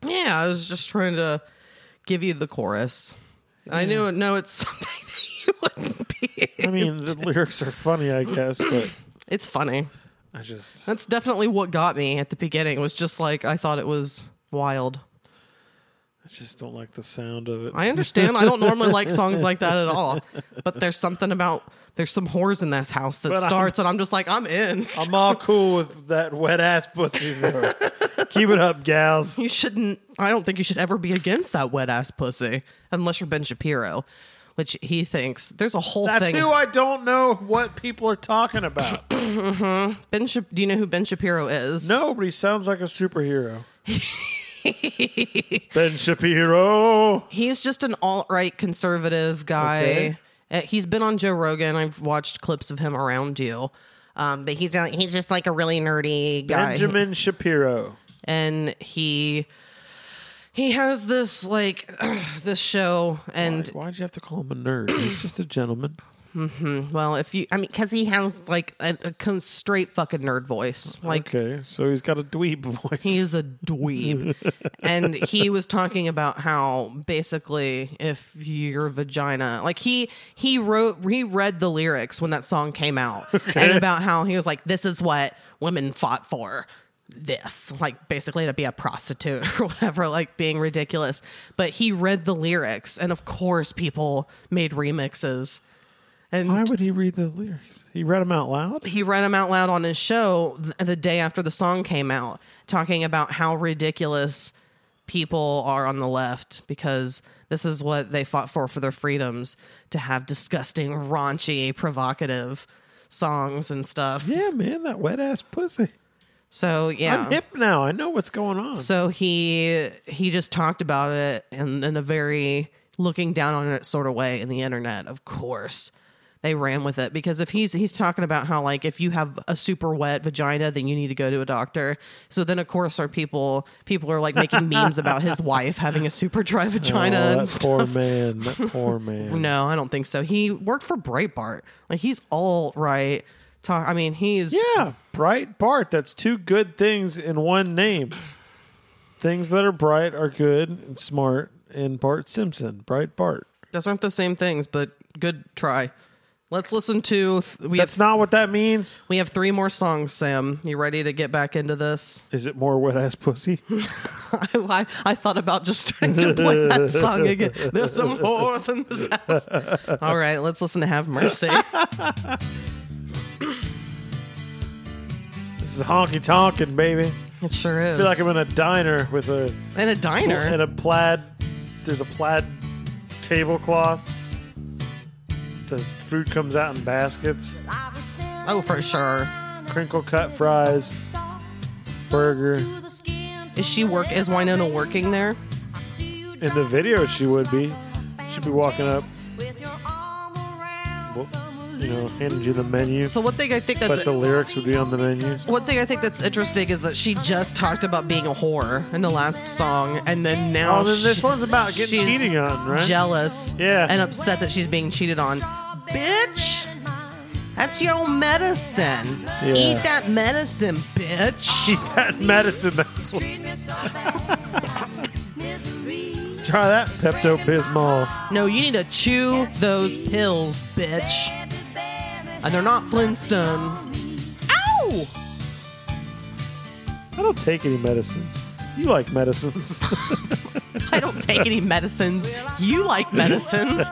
S3: Yeah, I was just trying to give you the chorus. I knew no, it's something that you wouldn't be.
S2: I mean, the lyrics are funny, I guess, but
S3: It's funny.
S2: I just
S3: That's definitely what got me at the beginning. Was just like I thought it was wild.
S2: I just don't like the sound of it.
S3: I understand. I don't normally like songs like that at all, but there's something about there's some whores in this house that
S2: But I'm-
S3: starts, and I'm just like I'm in.
S2: I'm all cool with that wet ass pussy though. Keep it up, gals.
S3: You shouldn't. I don't think you should ever be against that wet ass pussy unless you're Ben Shapiro, which he thinks there's a whole
S2: That's
S3: thing.
S2: who I don't know what people are talking about.
S3: ben, Shap- do you know who Ben Shapiro is?
S2: No, but he sounds like a superhero. ben Shapiro.
S3: He's just an alt right conservative guy.
S2: Okay.
S3: Uh, He's been on Joe Rogan. I've watched clips of him around you. Um, but he's a, he's just like a really nerdy guy,
S2: Benjamin Shapiro.
S3: and he he has this like this show, and
S2: Like, why'd you have to call him a nerd? He's just a gentleman.
S3: well, if you I mean, because he has like a, a con- straight fucking nerd voice, like
S2: Okay, so he's got a dweeb voice.
S3: He is a dweeb. and he was talking about how basically if your vagina like he he wrote he read the lyrics when that song came out and about how he was like this is what women fought for this like basically to be a prostitute or whatever like being ridiculous but he read the lyrics and of course people made remixes and
S2: Why would he read the lyrics? He read them out loud.
S3: he read them out loud on his show th- the day after the song came out, talking about how ridiculous people are on the left because this is what they fought for for their freedoms to have disgusting, raunchy, provocative songs and stuff.
S2: Yeah, man, that wet ass pussy.
S3: So yeah,
S2: I'm hip now. I know what's going on.
S3: so he he just talked about it in, in a very looking down on it sort of way in the internet of course they ran with it because if he's he's talking about how like if you have a super wet vagina then you need to go to a doctor so then of course our people people are like making memes about his wife having a super dry vagina
S2: Oh,
S3: and
S2: that
S3: stuff.
S2: poor man. That poor man.
S3: no i don't think so he worked for breitbart like he's all right talk i mean he's
S2: Yeah, bright Bart. That's two good things in one name. Things that are bright are good and smart. And Bart Simpson, bright Bart.
S3: those aren't the same things but good try let's listen to th- we have
S2: That's not what that means.
S3: We have three more songs, Sam. You ready to get back into this?
S2: Is it more wet ass pussy?
S3: I, I, I thought about just trying to play that song again. There's some whores in this house. All right, let's listen to Have Mercy.
S2: This is honky tonkin', baby.
S3: It sure
S2: I
S3: is.
S2: feel like I'm in a diner with a
S3: in a
S2: and
S3: diner.
S2: a plaid. There's a plaid tablecloth. The food comes out in baskets.
S3: Oh, for sure.
S2: Crinkle cut fries. burger.
S3: Is she work? Is Winona working there?
S2: In the video, she would be. She'd be walking up, well, you know, handing you the menu.
S3: So one thing I think that's
S2: But the lyrics would be on the menu.
S3: one thing I think that's interesting is that she just talked about being a whore in the last song, and then now
S2: Oh, then this
S3: she-
S2: one's about getting
S3: she's
S2: cheating on, right?
S3: jealous,
S2: Yeah.
S3: and upset that she's being cheated on. Bitch. That's your medicine.
S2: Yeah.
S3: Eat that medicine, bitch.
S2: Eat that medicine. That's what, try that Pepto Bismol.
S3: No, you need to chew those pills, bitch. And they're not Flintstone. Ow!
S2: I don't take any medicines. You like medicines.
S3: I I don't take any medicines. You like medicines.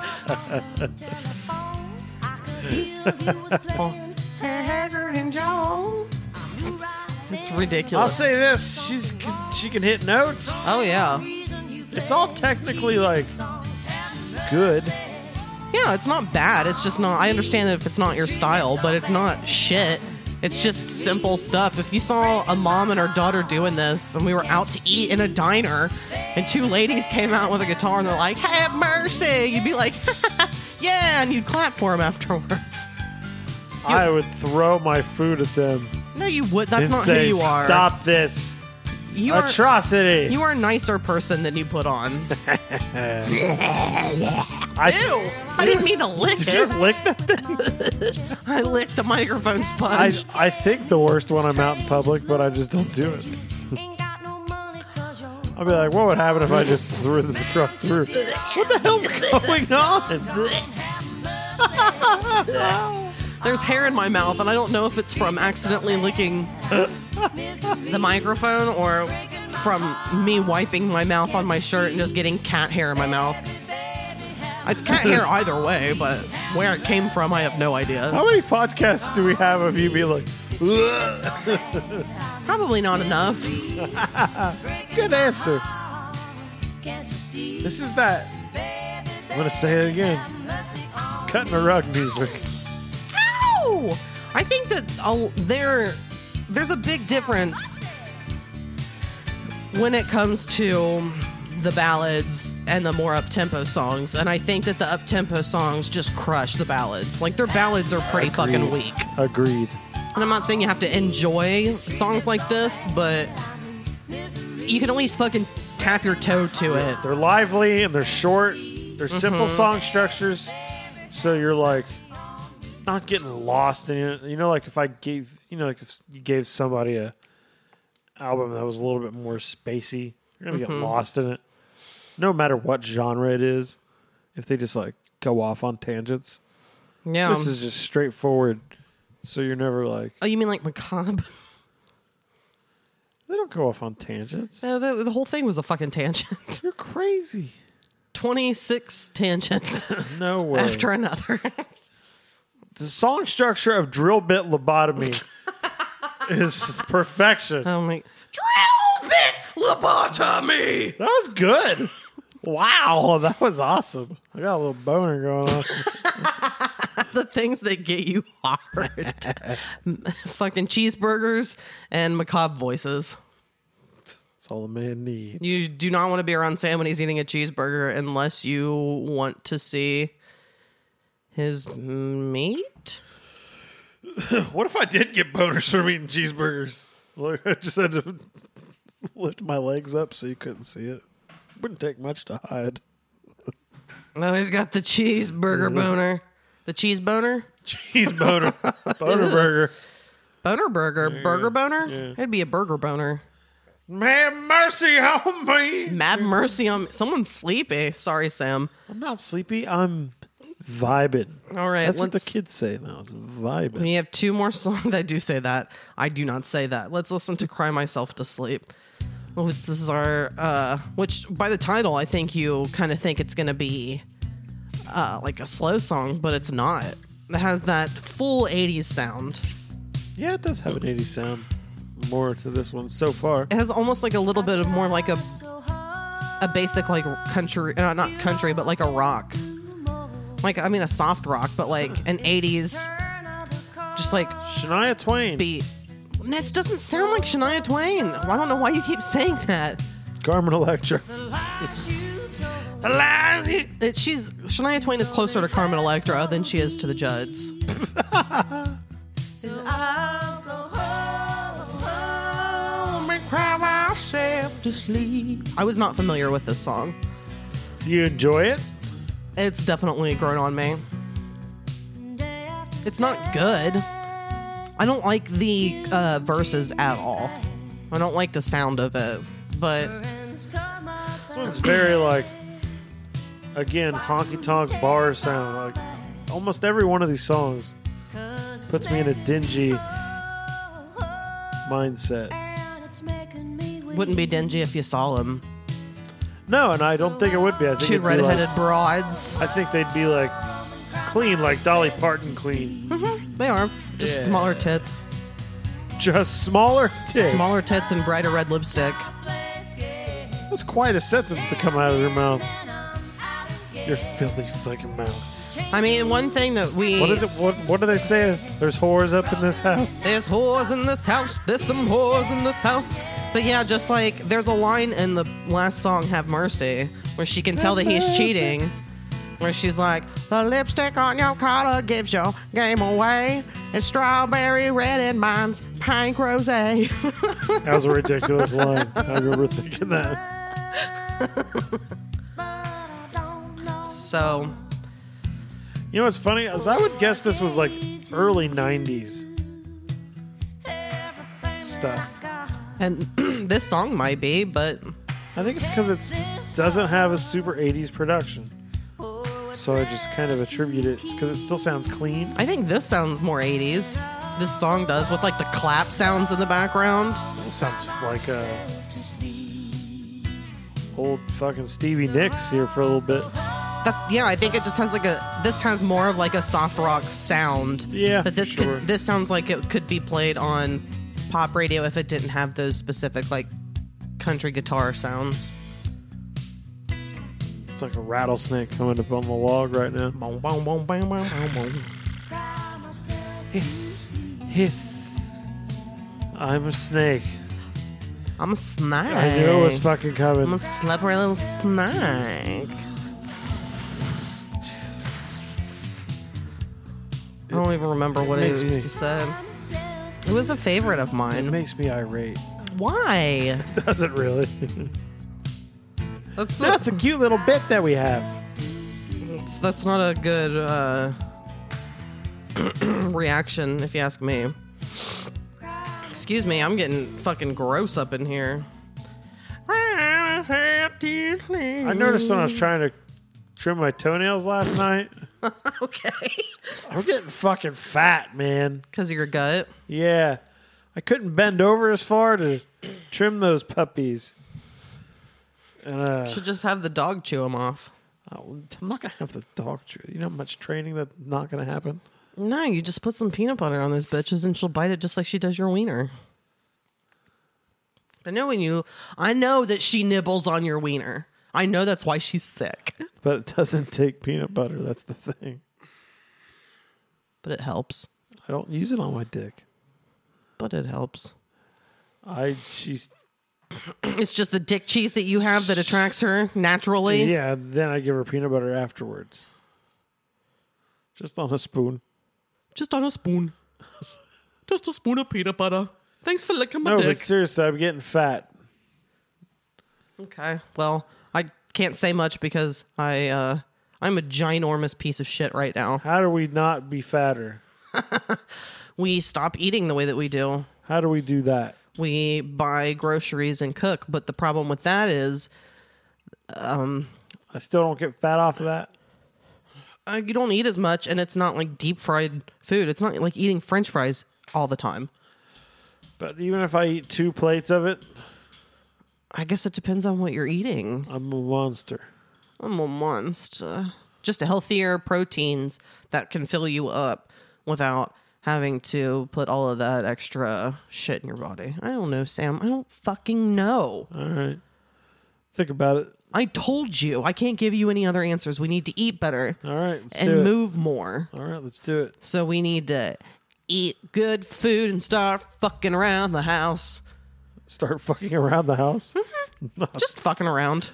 S1: It's
S2: I'll
S3: Ridiculous.
S2: say this: she's she can hit notes.
S3: Oh yeah.
S2: It's all technically like good.
S3: Yeah, it's not bad. It's just not. I understand that if it's not your style, but it's not shit. It's just simple stuff. If you saw a mom and her daughter doing this, and we were out to eat in a diner, and two ladies came out with a guitar and they're like, "Have mercy," you'd be like, "Yeah," and you'd clap for them afterwards.
S2: I would throw my food at them
S3: No, you would. That's
S2: and
S3: not
S2: say,
S3: who you are.
S2: "Stop this
S3: You are.
S2: atrocity!"
S3: You are a nicer person than you put on.
S2: I
S3: Ew! I didn't mean to lick
S2: Did you just
S3: it.
S2: lick that thing?
S3: I licked the microphone
S2: I,
S3: sponge.
S2: I think the worst when I'm out in public, but I just don't do it. I'll be like, what would happen if I just threw this across the room? What the hell's going on?
S3: There's hair in my mouth, and I don't know if it's from accidentally licking the microphone or from me wiping my mouth on my shirt and just getting cat hair in my mouth. It's cat hair either way, but where it came from, I have no idea.
S2: How many podcasts do we have of you being like, "Ugh,
S3: Probably not enough.
S2: good answer? This is that. I'm going to say it again. Cutting a rug music.
S3: Ow! I think that oh, there, there's a big difference when it comes to the ballads and the more up-tempo songs, and I think that the up-tempo songs just crush the ballads. Like their ballads are pretty fucking weak.
S2: Agreed.
S3: And I'm not saying you have to enjoy songs like this, but you can at least fucking tap your toe to it.
S2: They're lively and they're short. They're simple song structures, so you're like not getting lost in it. You know, like if I gave, you know, like if you gave somebody a album that was a little bit more spacey, you're gonna get lost in it. No matter what genre it is, if they just like go off on tangents,
S3: Yeah.
S2: this is just straightforward. So you're never like
S3: oh, you mean like macabre?
S2: they don't go off on tangents.
S3: No, the, the whole thing was a fucking tangent.
S2: You're crazy.
S3: 26 tangents
S2: No way.
S3: after another.
S2: the song structure of drill bit lobotomy is perfection. That
S3: I'm like, drill bit lobotomy.
S2: was good. Wow, that was awesome. I got a little boner going on.
S3: The things that get you hard. M- Fucking cheeseburgers and macabre voices.
S2: That's all the man needs.
S3: You do not want to be around Sam when he's eating a cheeseburger unless you want to see his meat.
S2: What if I did get boners from eating cheeseburgers? Look, I just had to lift my legs up so you couldn't see it. Wouldn't take much to hide.
S3: No, Oh, he's got the
S2: Mm-hmm.
S3: cheeseburger boner. The cheese boner?
S2: Cheese boner, boner burger.
S3: Boner burger. Burger boner? It'd be a burger boner.
S2: Man, mercy on me.
S3: Mad mercy on Someone's sleepy. Sorry, Sam.
S2: I'm not sleepy. I'm vibing.
S3: All right,
S2: That's what the
S3: let's-
S2: kids say now. It's vibing.
S3: We have two more songs. I do say that. I do not say that. Let's listen to "Cry Myself to Sleep," which this is our, uh, which by the title I think you kind of think it's gonna be, uh, like a slow song, but it's not. It has that full '80s sound.
S2: Yeah, it does have an 80s sound. More to this one so far.
S3: It has almost like a little bit of more like a a basic like country, uh, not country, but like a rock, like I mean a soft rock, but like an '80s, just like
S2: Shania Twain,
S3: beat. It doesn't sound like Shania Twain. I don't know why you keep saying that.
S2: Carmen Electra.
S4: Lies you
S3: It, she's Shania Twain is closer to Carmen Electra than she is to the Judds. I was not familiar with this song.
S2: Do you enjoy it?
S3: It's definitely grown on me. It's not good. I don't like the uh, verses at all. I don't like the sound of it. But
S2: This one's very like, again, honky tonk bar sound. Like almost every one of these songs puts me in a dingy mindset.
S3: wouldn't be dingy if you saw him.
S2: No, and I don't think it would be. I think
S3: Two
S2: it'd be
S3: redheaded
S2: Like,
S3: broads.
S2: I think they'd be like clean, like Dolly Parton clean,
S3: They are just smaller tits,
S2: just smaller. Tits.
S3: smaller tits, and brighter red lipstick.
S2: That's quite a sentence to come out of your mouth. Your filthy fucking mouth.
S3: I mean, one thing that we
S2: What, are the, what, what do they say? There's whores up in this house.
S3: There's whores in this house. There's some whores in this house. But yeah, just like there's a line in the last song, Have Mercy, where she can tell that he's cheating. Where she's like, The lipstick on your collar gives your game away. It's strawberry red and mine's pink rose. I
S2: That was a ridiculous line. I remember thinking that.
S3: So,
S2: You know what's funny? Is I would guess this was like early 90s stuff.
S3: and this song might be, but
S2: I think it's because it doesn't have a super 80s production. So I just kind of attribute it because it still sounds clean.
S3: I think this sounds more 80s. This song does with like the clap sounds in the background.
S2: It sounds like a old fucking Stevie Nicks here for a little bit.
S3: That's, yeah, I think it just has like a. This has more of like a soft rock sound.
S2: Yeah,
S3: but this
S2: sure.
S3: could, this sounds like it could be played on pop radio if it didn't have those specific like country guitar sounds.
S2: It's like a rattlesnake coming up on the log right now.
S3: Boom, boom, boom, boom, boom, boom, boom.
S2: Hiss, hiss. I'm a snake.
S3: I'm a snake.
S2: I knew it was fucking
S3: I'm a
S2: coming.
S3: slippery little snake. I don't even remember what it
S2: makes
S3: used
S2: me-
S3: to say. It was a favorite of
S2: It
S3: mine.
S2: makes me irate.
S3: Why?
S2: Does it really?
S3: That's
S2: That's a cute little bit that we have.
S3: It's- that's not a good uh, reaction, if you ask me. Excuse me, I'm getting fucking gross up in here.
S2: I noticed when I was trying to trim my toenails last night.
S3: Okay.
S2: I'm getting fucking fat, man.
S3: Because of your gut.
S2: Yeah. I couldn't bend over as far to trim those puppies. And, uh,
S3: Should just have the dog chew them off.
S2: I'm not going to have the dog chew. You know how much training that's not going to happen?
S3: No, you just put some peanut butter on those bitches and she'll bite it just like she does your wiener. I know when you, I know that she nibbles on your wiener. I know that's why she's sick,
S2: But it doesn't take peanut butter. That's the thing.
S3: but it helps.
S2: I don't use it on my dick.
S3: But it helps.
S2: I, she's,
S3: It's just the dick cheese that you have that attracts her naturally.
S2: yeah, then I give her peanut butter afterwards. Just on a spoon.
S3: Just on a spoon. just a spoon of peanut butter. Thanks for licking my
S2: No,
S3: dick.
S2: but seriously, I'm getting fat.
S3: Okay. Well, I can't say much because I uh I'm a ginormous piece of shit right now.
S2: How do we not be fatter?
S3: We stop eating the way that we do.
S2: How do we do that?
S3: We buy groceries and cook, but the problem with that is
S2: I still don't get fat off of that.
S3: uh, you don't eat as much and it's not like deep fried food. It's not like eating french fries all the time.
S2: But even if I eat two plates of it,
S3: I guess it depends on what you're eating.
S2: I'm a monster.
S3: I'm a monster. Just healthier proteins that can fill you up without having to put all of that extra shit in your body. I don't know, Sam. I don't fucking know.
S2: All right. Think about it.
S3: I told you. I can't give you any other answers. We need to eat better
S2: All right. Let's do
S3: and
S2: it.
S3: move more.
S2: All right. Let's do it.
S3: So we need to eat good food and start fucking around the house.
S2: Start fucking around the house.
S3: Just fucking around.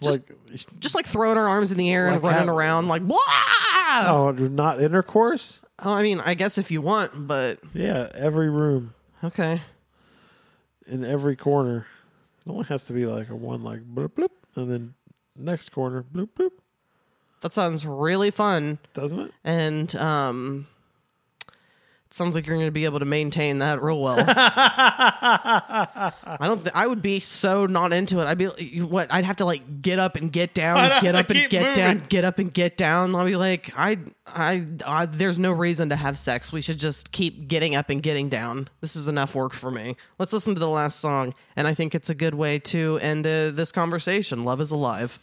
S2: like,
S3: Hmm? Just like throwing our arms in the air and
S2: Like
S3: running
S2: how-
S3: around like, Wah!
S2: oh, not intercourse?
S3: I mean, I guess if you want, but
S2: Yeah. Every room
S3: okay.
S2: in every corner. It only has to be like a one, like bloop, bloop, and then next corner, bloop, bloop.
S3: That sounds really fun.
S2: Doesn't it?
S3: And um sounds like you're going to be able to maintain that real well. I don't. Th- I would be so not into it. I'd be like, you- what? I'd have to like get up and get
S2: I'd
S3: down,
S2: have
S3: get
S2: to
S3: up and
S2: keep
S3: get down,
S2: moving.
S3: get up and get down. I'll be like, I, I, I, there's no reason to have sex. We should just keep getting up and getting down. This is enough work for me. Let's listen to the last song, and I think it's a good way to end uh, this conversation. Love is alive.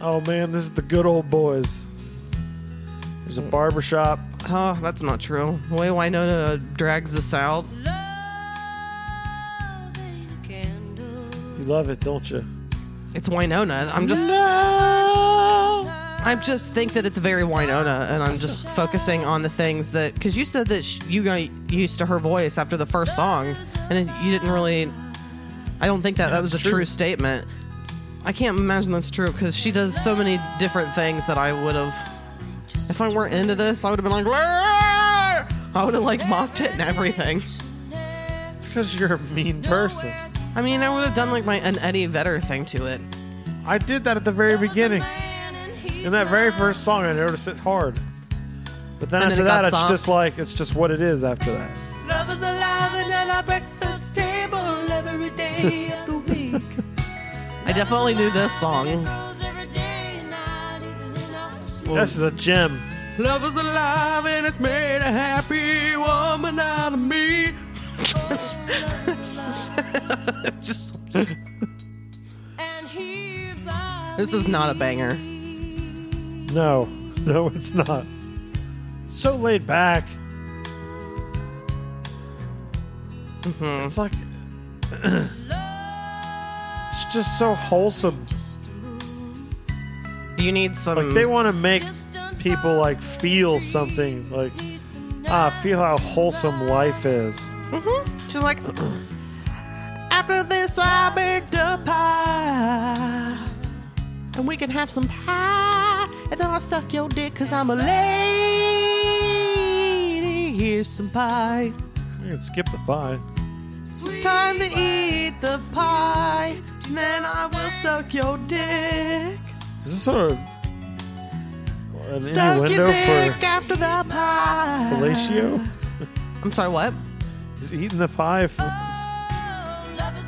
S2: Oh man, this is the good old boys. There's
S3: Mm.
S2: a barber shop.
S3: Oh, that's not true. Way Winona drags this out.
S1: Love ain't a candle.
S2: You love it, don't you?
S3: It's Winona. I'm just. I just think that it's very Winona, and I'm just focusing on the things that because you said that sh- you got used to her voice after the first song, and it, you didn't really. I don't think that that was a true.
S2: true.
S3: statement. I can't imagine that's true because she does so many different things that I would have. If I weren't into this, I would have been like, "Rah!" I would have like mocked it and everything.
S2: It's because you're a mean person.
S3: I mean, I would have done like my an Eddie Vedder thing to it.
S2: I did that at the very beginning. In that very first song, I noticed it hard. But then
S3: And then
S2: after
S3: it got
S2: that, it's
S3: soft.
S2: just like it's just what it is. After that,
S1: Love is alive and at our breakfast table every day of the week.
S3: I definitely knew this song. Mm.
S2: this is a gem.
S4: Love is alive and it's made a happy woman out of me.
S3: This is not a banger.
S2: No, no, it's not. So laid back.
S3: Mm-hmm.
S2: It's like it's just so wholesome.
S3: You need some.
S2: Like they want to make people like feel something. Like
S3: Uh,
S2: ah, feel how wholesome life is. Mm-hmm.
S3: She's like, after this, I baked a pie. And we can have some pie. And then I'll suck your dick because I'm a lady. Here's some pie.
S2: You can skip the pie.
S3: It's time to eat the pie. And then I will suck your dick.
S2: Is this sort of an
S3: Suck your
S2: innuendo
S3: dick
S2: for
S3: after the pie.
S2: fellatio?
S3: I'm sorry, what?
S2: Is eating the pie for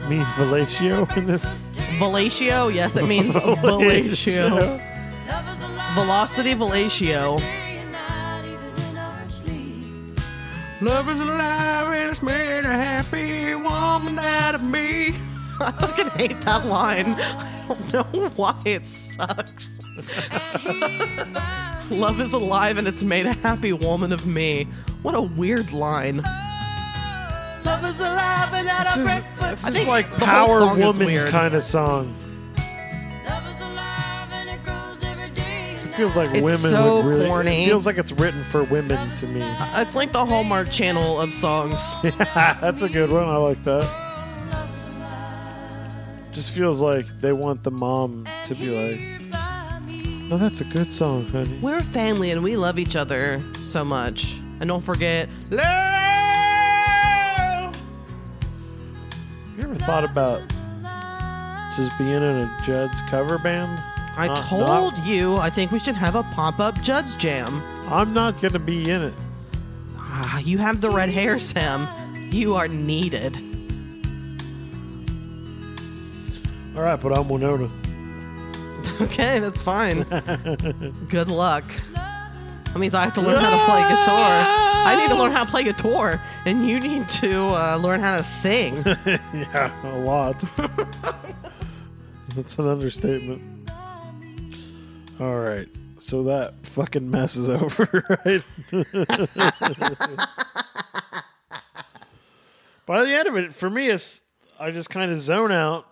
S2: mean fellatio in this?
S3: Fellatio? Yes, it means fellatio. Velocity fellatio.
S4: Love is alive and it's made a happy woman out of me.
S3: I fucking hate that line. I don't know why it sucks. Love is alive and it's made a happy woman of me. What a weird line. Love is alive and at
S2: This
S3: our
S2: is,
S3: breakfast.
S2: this
S3: I
S2: is
S3: think
S2: like
S3: the whole
S2: power
S3: song is
S2: woman
S3: weird.
S2: kind of song. It feels like
S3: It's
S2: women
S3: so
S2: would really.
S3: corny.
S2: It feels like it's written for women to me.
S3: It's like the Hallmark Channel of songs.
S2: That's a good one. I like that. Just feels like they want the mom to be like, "No, that's a good song, honey."
S3: We're a family and we love each other so much. And don't forget, love.
S2: You ever thought about just being in a Judd's cover band?
S3: I
S2: Uh,
S3: told you. I think we should have a pop-up Judge Jam.
S2: I'm not gonna be in it.
S3: Ah, you have the red hair, Sam. You are needed.
S2: All right, but I'm Winona.
S3: Okay, that's fine. Good luck. That means I have to learn how to play guitar. I need to learn how to play guitar, and you need to uh, learn how to sing.
S2: Yeah, a lot. That's an understatement. All right, so that fucking mess is over, right? By the end of it, for me, it's I just kind of zone out,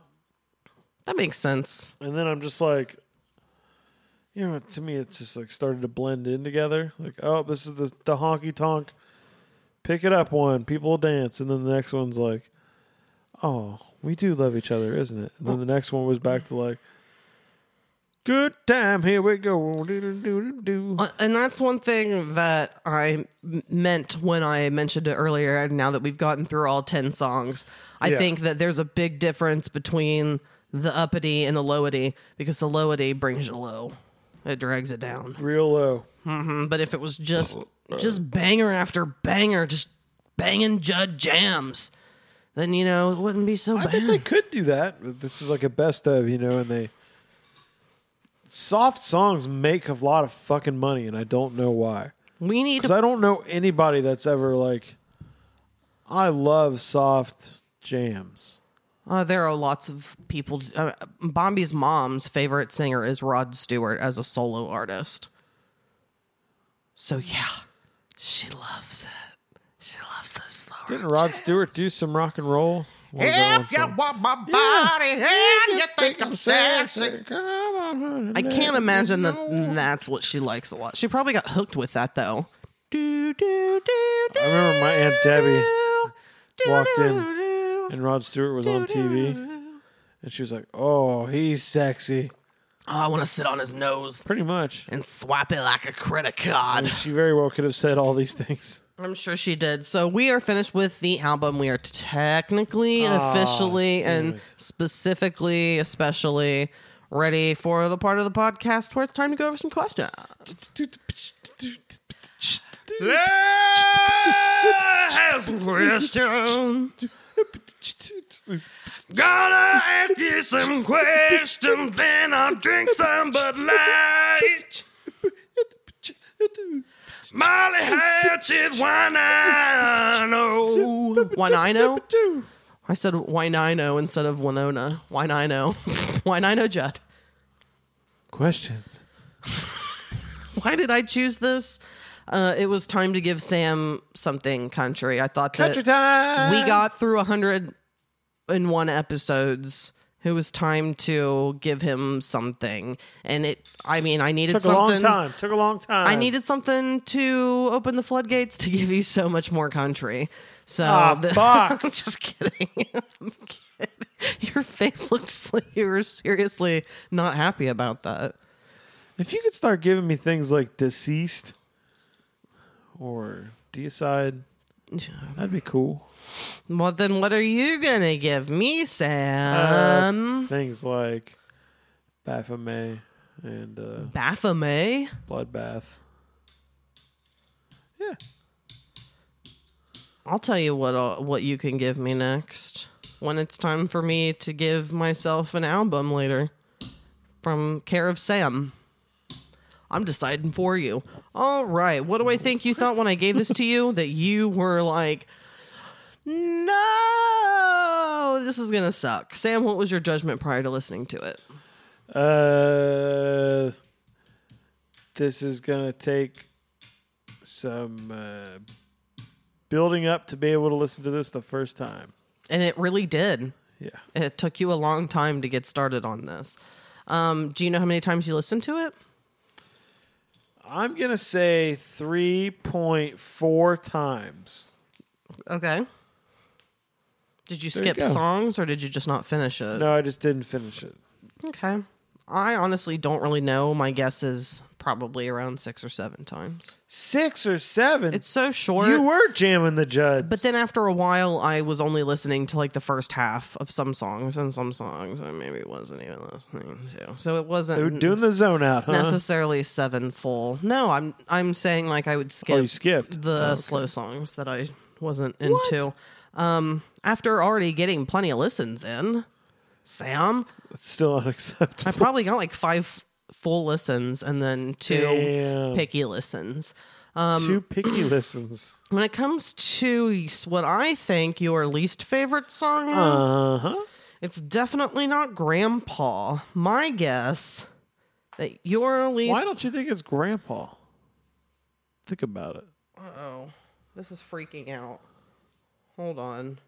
S3: that makes sense.
S2: and then I'm just like, you know, to me, it's just like started to blend in together. Like, oh, this is the the honky tonk. Pick it up one, people will dance, and then the next one's like, oh, we do love each other, isn't it? And then the next one was back to like, good time, here we go, do-do-do-do-do.
S3: Uh, And that's one thing that I m- meant when I mentioned it earlier. And now that we've gotten through all 10 songs, I
S2: Yeah.
S3: think that there's a big difference between the uppity and the lowity because the lowity brings you low. It drags it down.
S2: real low.
S3: Mm, But if it was just
S2: Oh,
S3: just banger after banger, just banging Judd jams, then you know it wouldn't be so
S2: I
S3: bad.
S2: bet they could do that. This is like a best of, you know, and they soft songs make a lot of fucking money, and I don't know why.
S3: we need
S2: Because I don't know anybody that's ever like, I love soft jams.
S3: Uh, there are lots of people. Uh, Bombi's mom's favorite singer is Rod Stewart as a solo artist. So yeah, she loves it. She loves the slow.
S2: Didn't
S3: rock
S2: Rod
S3: jam.
S2: Stewart do some rock and roll? What was that one
S3: If you
S2: song?
S3: want my body and you think I'm sexy. I can't imagine that that's what she likes a lot. She probably got hooked with that though. Do, do, do, do,
S2: I remember my Aunt Debbie
S3: do,
S2: walked
S3: do,
S2: in
S3: do.
S2: and Rod Stewart was on TV, and she was like, "Oh, he's sexy."
S3: Oh, I want to sit on his nose
S2: Pretty much.
S3: and swipe it like a credit card.
S2: And she very well could have said all these things.
S3: I'm sure she did. So we are finished with the album. We are technically, officially, and
S2: it.
S3: specifically, especially ready for the part of the podcast where it's time to go over some questions.
S4: Ask questions. Gonna ask you some questions, then I'll drink some Bud Light. Molly Hatchet, why not? Oh.
S3: Winino? I said Winino instead of oh Winona. Winino. Winino oh, Judd.
S2: Questions.
S3: Why did I choose this? Uh, it was time to give Sam something country. I thought that
S2: Country time.
S3: we got through 101 episodes it was time to give him something and it i mean i needed
S2: Took a long
S3: something
S2: time. Took a long time.
S3: i needed something to open the floodgates to give you so much more country so
S2: Ah,
S3: the-
S2: fuck.
S3: i'm just kidding I'm kidding. your face looks like you were seriously not happy about that
S2: If you could start giving me things like deceased or deicide, that'd be cool.
S3: well then what are you gonna give me
S2: Uh,
S3: sam
S2: things like Baphomet and uh,
S3: baphomet
S2: Bloodbath. Yeah.
S3: I'll tell you what i what you can give me next when it's time for me to give myself an album later from Care of Sam. I'm deciding for you. All right, what do I think you thought when I gave this to you that you were like no, this is going to suck. Sam, what was your judgment prior to listening to it?
S2: Uh, this is gonna take some uh, building up to be able to listen to this the first time.
S3: And it really did.
S2: Yeah,
S3: It took you a long time to get started on this. Um, do you know how many times you listened to it?
S2: I'm gonna say three point four times.
S3: Okay. Did you
S2: you
S3: skip
S2: go.
S3: songs or did you just not finish it?
S2: No, I just didn't finish it.
S3: Okay. I honestly don't really know. My guess is probably around six or seven times.
S2: Six or seven.
S3: It's so short.
S2: you were jamming the judge,
S3: but then after a while, I was only listening to like the first half of some songs, and some songs I maybe wasn't even listening to. So it
S2: they were
S3: wasn't
S2: doing the zone out, huh?
S3: necessarily seven full. No, I'm I'm saying like I would skip
S2: oh, you skipped.
S3: the slow songs that I wasn't into. Um, after already getting plenty of listens in, Sam,
S2: It's still
S3: I
S2: unacceptable.
S3: probably got like five full listens and then two
S2: Damn.
S3: picky listens. Um,
S2: Two picky listens.
S3: When it comes to s- what I think your least favorite song is,
S2: Uh huh.
S3: it's definitely not Grandpa. My guess that your least.
S2: Why don't you think it's Grandpa? Think about it.
S3: Oh, this is freaking out. Hold on.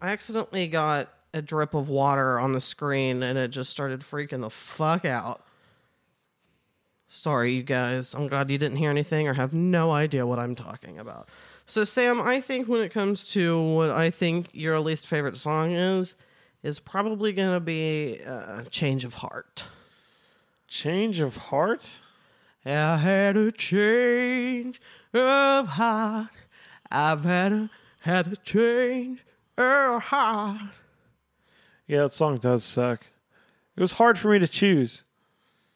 S3: I accidentally got a drip of water on the screen and it just started freaking the fuck out. Sorry, you guys. I'm glad you didn't hear anything or have no idea what I'm talking about. So, Sam, I think when it comes to what I think your least favorite song is, is probably going to be uh, Change of Heart.
S2: Change of heart?
S3: I had a change of heart. I've had a had a change of heart.
S2: Yeah, that song does suck. It was hard for me to choose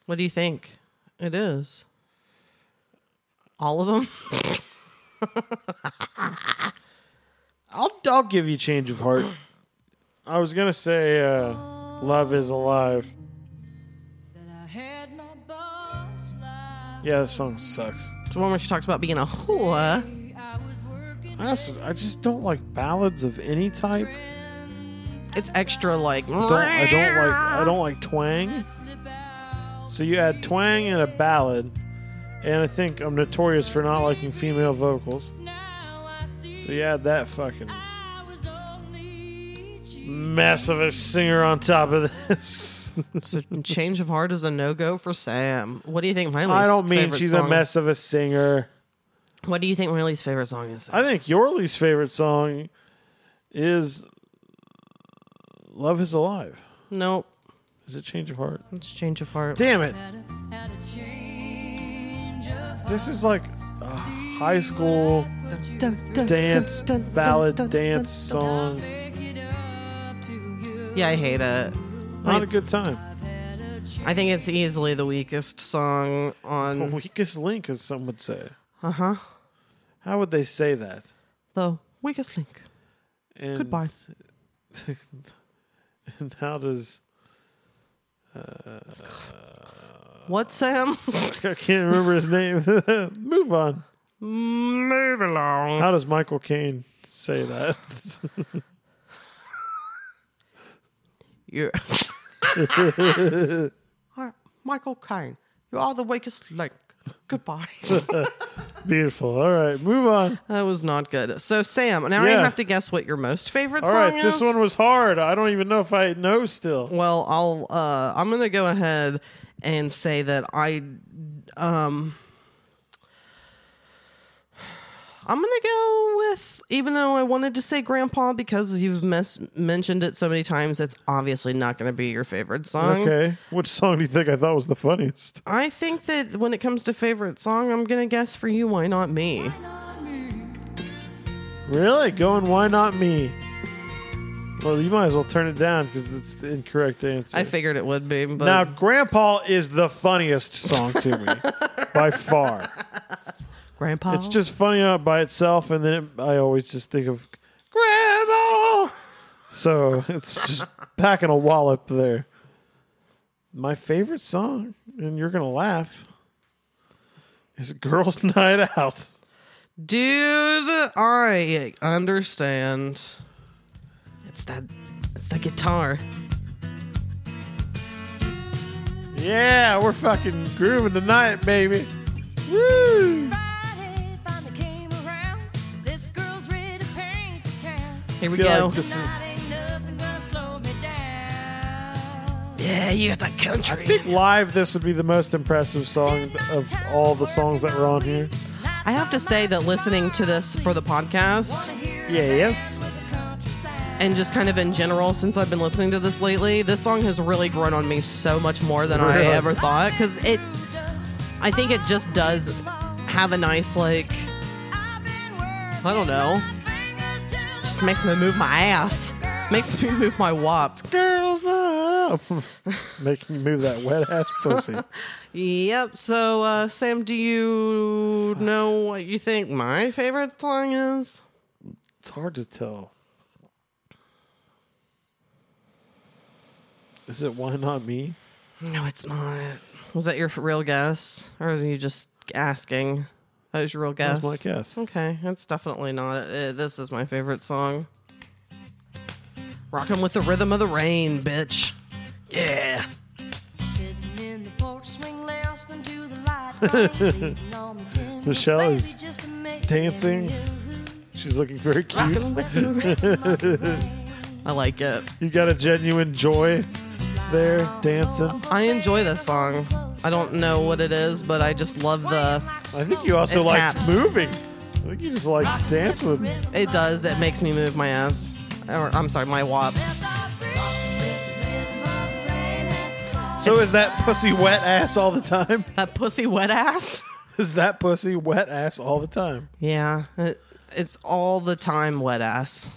S3: What do you think? It is. All of them?
S2: I'll I'll give you change of heart. I was gonna say uh, love is alive.
S1: I had my boss lie.
S2: Yeah, that song sucks.
S3: It's the one where she talks about being a whore.
S1: I was working
S2: I also, I just don't like ballads of any type.
S3: It's extra like.
S2: Don't I don't like I don't like twang.
S1: slip out.
S2: So you add twang and a ballad, and I think I'm notorious for not liking female vocals.
S1: Now I see
S2: So you add that fucking
S1: I was only cheating.
S2: mess of a singer on top of this.
S3: So change of heart is a no go for Sam. What do you think my least?
S2: I don't mean
S3: favorite
S2: she's
S3: song,
S2: a mess of a singer.
S3: What do you think my least favorite song is?
S2: I think your least favorite song is "Love Is Alive."
S3: nope.
S2: Is it "Change of Heart"?
S3: It's change of heart.
S2: Damn it!
S1: Had a, had a change of
S2: This is like a high school dance ballad dance song.
S1: pick it up to you.
S3: Yeah, I hate it.
S2: Not a
S3: It's-
S2: good time.
S3: I think it's easily the weakest song
S2: The
S3: on
S2: weakest link, as some would say.
S3: uh huh
S2: How would they say that?
S3: the weakest link.
S2: And,
S3: Goodbye.
S2: And how does
S3: What Sam?
S2: I can't remember his name? Move on.
S3: Move along.
S2: How does Michael Caine say that?
S3: You are Michael Caine. You are the weakest link. Goodbye.
S2: Beautiful. All right, move on.
S3: that was not good. So Sam, now I
S2: Yeah.
S3: have to guess what your most favorite
S2: All
S3: song
S2: right,
S3: is.
S2: this one was hard. I don't even know if I know still.
S3: Well, I'll uh, I'm gonna go ahead and say that I um I'm gonna go with even though I wanted to say Grandpa because you've mes- mentioned it so many times, it's obviously not gonna be your favorite song.
S2: Okay, which song do you think I thought was the funniest?
S3: I think that when it comes to favorite song, I'm gonna guess for you, why not me?
S2: Really? Going, why not me? Well, you might as well turn it down because it's the incorrect answer.
S3: I figured it would be, but
S2: now, Grandpa is the funniest song to me by far.
S3: Grandpa,
S2: It's just funny out by itself, and then it, I always just think of Grandma. So it's just packing a wallop there. My favorite song, and you're gonna laugh, is "Girls' Night Out."
S3: dude, I understand. It's that, it's that guitar.
S2: Yeah, we're fucking grooving tonight, baby. Woo!
S1: Friday finally came around. This girl's ready to paint the town.
S3: Here we
S2: Feel
S3: go.
S2: like this is-
S1: Tonight ain't nothing gonna slow me down.
S3: yeah, you got that country.
S2: I think live this would be the most impressive song of all the songs that were on here.
S3: I have to say that listening to this for the podcast
S2: Yes.
S3: and just kind of in general, since I've been listening to this lately, this song has really grown on me so much more than I
S2: Really?
S3: ever thought. Because it, I think it just does have a nice like. I don't know. Just makes me move my ass. Makes me move my wop.
S2: Girls' Night Out. Making you move that wet ass pussy.
S3: Yep. So, uh, Sam, do you know what you think my favorite song is?
S2: It's hard to tell. Is it why not me?
S3: No, it's not. Was that your real guess, or was you just asking? That was your real guess.
S2: That's my guess.
S3: Okay, that's definitely not. Uh, this is my favorite song. Rockin' with the rhythm of the rain, bitch. Yeah.
S1: Sitting in the porch swing, listening to the light. rain, leaning on the tin roof,
S2: Michelle
S1: baby,
S2: is
S1: just a minute
S2: dancing.
S1: you.
S2: She's looking very cute.
S3: Rockin' with the- I like it.
S2: You got a genuine joy there dancing.
S3: I enjoy this song. I don't know what it is, but I just love the.
S2: I think you also
S3: It
S2: liked
S3: taps.
S2: moving. I think you just liked dancing.
S3: It does. It makes me move my ass. Or I'm sorry, my wop.
S2: So is that pussy wet ass all the time?
S3: That pussy wet ass.
S2: Is that pussy wet ass all the time?
S3: Yeah, it, it's all the time wet ass,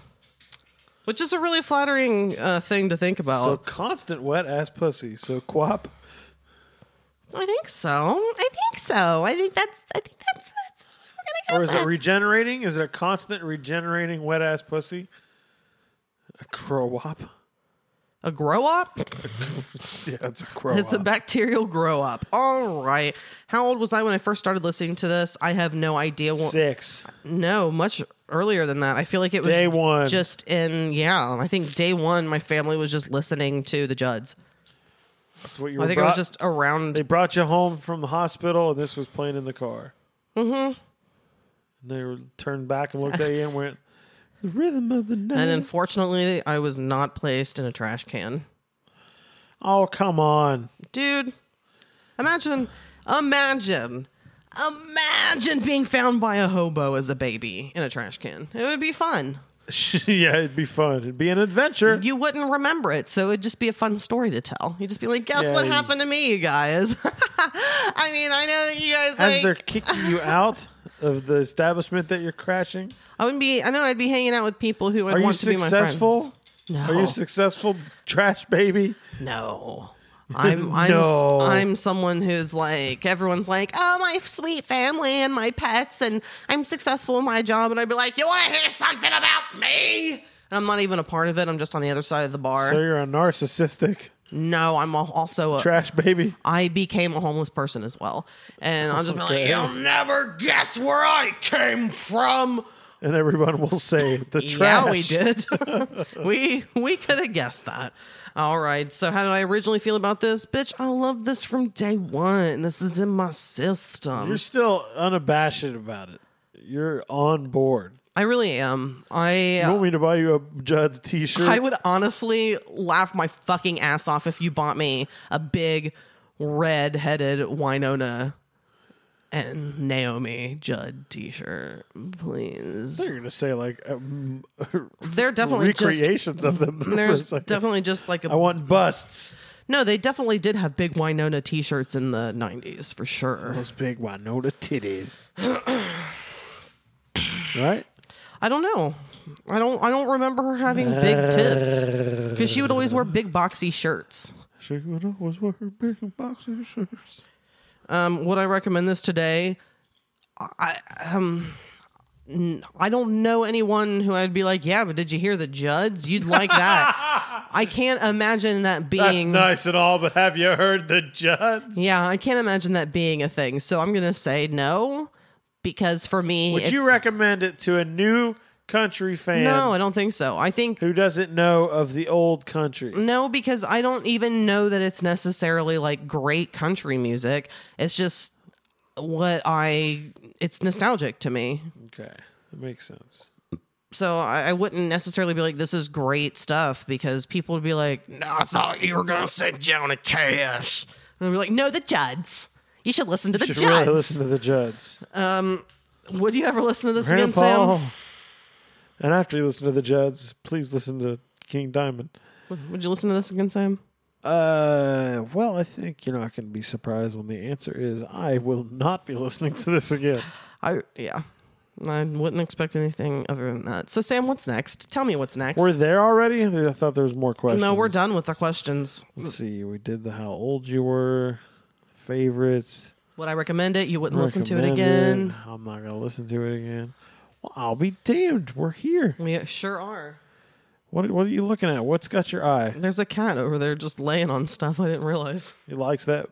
S3: which is a really flattering uh, thing to think about.
S2: So constant wet ass pussy. So quap.
S3: I think so. I think so. I think that's. I think that's. that's we're
S2: Or
S3: gonna
S2: is
S3: go.
S2: it
S3: with.
S2: regenerating? Is it a constant regenerating wet ass pussy? A crow up?
S3: a grow up?
S2: Yeah, it's a crow
S3: It's a
S2: up.
S3: bacterial grow up. All right. How old was I when I first started listening to this? I have no idea. Well,
S2: Six.
S3: No, much earlier than that. I feel like it was
S2: Day one.
S3: Just in yeah, I think day one, my family was just listening to the Judds.
S2: That's what you were
S3: I think it
S2: brought-
S3: was just around.
S2: They brought you home from the hospital, and this was playing in the car. Mm-hmm. And they were turned back and looked at you and went, "The rhythm of the night."
S3: and unfortunately, I was not placed in a trash can,
S2: oh, come on!
S3: dude. Imagine, imagine, imagine being found by a hobo as a baby in a trash can. It would be fun.
S2: yeah, it'd be fun. It'd be an adventure.
S3: You wouldn't remember it, so it'd just be a fun story to tell. You'd just be like, "Guess
S2: Yeah,
S3: what
S2: you-
S3: happened to me, you guys?" I mean, I know that you guys
S2: As
S3: like
S2: they're kicking you out of the establishment that you're crashing,
S3: I wouldn't be. I know I'd be hanging out with people who I'd
S2: are you
S3: want to be my
S2: successful?
S3: friends. No,
S2: Are you successful, trash baby?
S3: no. I'm I'm
S2: No.
S3: I'm someone who's like everyone's like, oh my sweet family and my pets, and I'm successful in my job, and I'd be like, you want to hear something about me? And I'm not even a part of it. I'm just on the other side of the bar.
S2: So you're a narcissistic
S3: no, I'm al- also a,
S2: trash baby.
S3: I became a homeless person as well, and I'm just be like, "Oh,
S2: Okay.
S3: you'll never guess where I came from.
S2: And everyone will say the trash.
S3: Yeah, we did. we we could have guessed that. All right. So how did I originally feel about this? Bitch, I love this from day one. This is in my system.
S2: You're still unabashed about it. You're on board.
S3: I really am. I
S2: You want me to buy you a Judd's T-shirt?
S3: I would honestly laugh my fucking ass off if you bought me a big red-headed Winona and Naomi Judd t-shirt, please.
S2: You're gonna say like um,
S3: They're definitely just
S2: recreations of them. for a
S3: there's
S2: second.
S3: definitely just like a
S2: I want busts.
S3: No, they definitely did have big Winona t-shirts in the 90s for sure.
S2: Those big Winona titties. right?
S3: I don't know. I don't I don't remember her having big tits cuz she would always wear big boxy shirts.
S2: She would always wear her big boxer shirts.
S3: Um would I recommend this today? I um n- I don't know anyone who I'd be like, "Yeah, but did you hear the Judds? You'd like that." I can't imagine that
S2: That's
S3: being
S2: nice and all, but have you heard the Judds?
S3: Yeah, I can't imagine that being a thing. So I'm going to say no because for me
S2: Would
S3: it's-
S2: you recommend it to a new country fan
S3: No, I don't think so. I think
S2: who doesn't know of the old country?
S3: No, because I don't even know that it's necessarily like great country music. It's just what I it's nostalgic to me.
S2: Okay, that makes sense.
S3: So I, I wouldn't necessarily be like, this is great stuff because people would be like, No, I thought you were gonna say Jonah Cash. And I'd be like, No, the Judds. You should listen to the
S2: Should
S3: Judds. Um,
S2: really listen to the Judds.
S3: would you ever listen to this again,
S2: Grandpa.
S3: Sam?
S2: And after you listen to the Judds, please listen to King Diamond.
S3: Would you listen to this again, Sam?
S2: Uh, well, I think you're not going to be surprised when the answer is I will not be listening to this again.
S3: I yeah. I wouldn't expect anything other than that. So Sam, what's next? Tell me what's next.
S2: We're there already. There- I thought there was more questions.
S3: no, we're done with the questions.
S2: Let's see. We did the how old you were, favorites.
S3: Would I recommend it? You wouldn't listen to it
S2: recommended.
S3: again.
S2: I'm not going to listen to it again. Well, I'll be damned. We're here.
S3: We sure are.
S2: What What are you looking at? What's got your eye?
S3: There's a cat over there just laying on stuff. I didn't realize.
S2: He likes that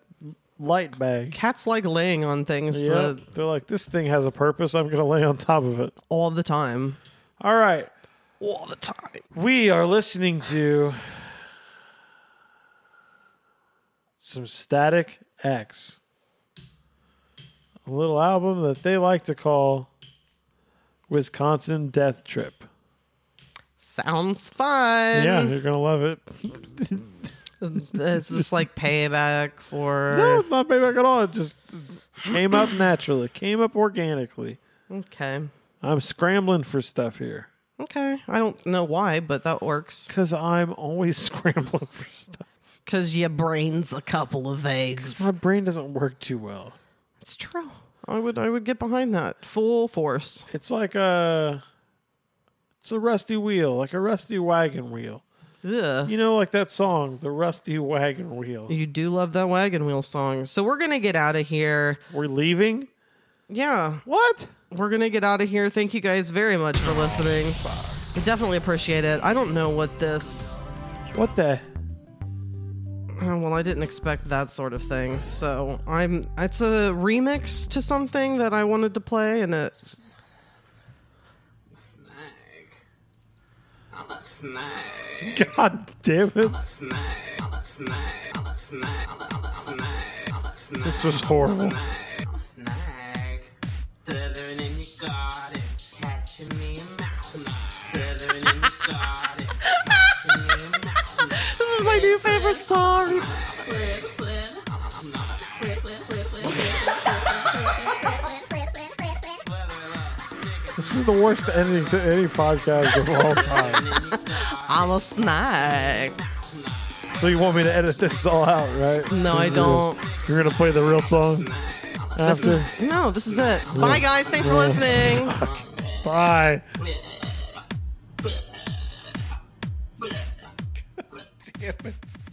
S2: light bag.
S3: Cats like laying on things
S2: Yeah,
S3: uh,
S2: they're like this thing has a purpose. I'm going to lay on top of it.
S3: all the time.
S2: All right.
S3: All the time.
S2: We are listening to some Static X, a little album that they like to call Wisconsin Death Trip.
S3: Sounds fun.
S2: Yeah, you're gonna love it.
S3: This is like payback for.
S2: No, it's not payback at all. It just came up naturally, It came up organically.
S3: Okay.
S2: I'm scrambling for stuff here
S3: Okay. I don't know why, but that works.
S2: because I'm always scrambling for stuff.
S3: Because your brain's a couple of eggs.
S2: My brain doesn't work too well.
S3: It's true. I would I would get behind that full force.
S2: It's like a it's a rusty wheel, like a rusty wagon wheel.
S3: Ugh.
S2: You know, like that song, The Rusty Wagon Wheel.
S3: You do love that wagon wheel song. So we're going to get out of here.
S2: We're leaving?
S3: Yeah,
S2: What?
S3: we're going to get out of here. Thank you guys very much for listening. I definitely appreciate it. I don't know what this.
S2: What the?
S3: oh, Well, I didn't expect that sort of thing. So I'm. It's a remix to something that I wanted to play, and it.
S7: snake. I'm a snake.
S2: God damn it.
S7: Snake. I'm a snake. I'm a snake. I'm a, I'm a snake. I'm a snake.
S2: This was horrible.
S7: snake. I'm a snake. Slithering in your garden. Catching me a mouse. Slithering in your garden. Catching me a mouse.
S3: This is my new favorite song.
S2: This is the worst ending to any podcast of all time.
S3: I'm a snake.
S2: so you want me to edit this all out, right?
S3: No, I don't.
S2: You're going to play the real song?
S3: This
S2: After?
S3: is, no, this is it. Bye, guys. Thanks for listening.
S2: Bye. damn it.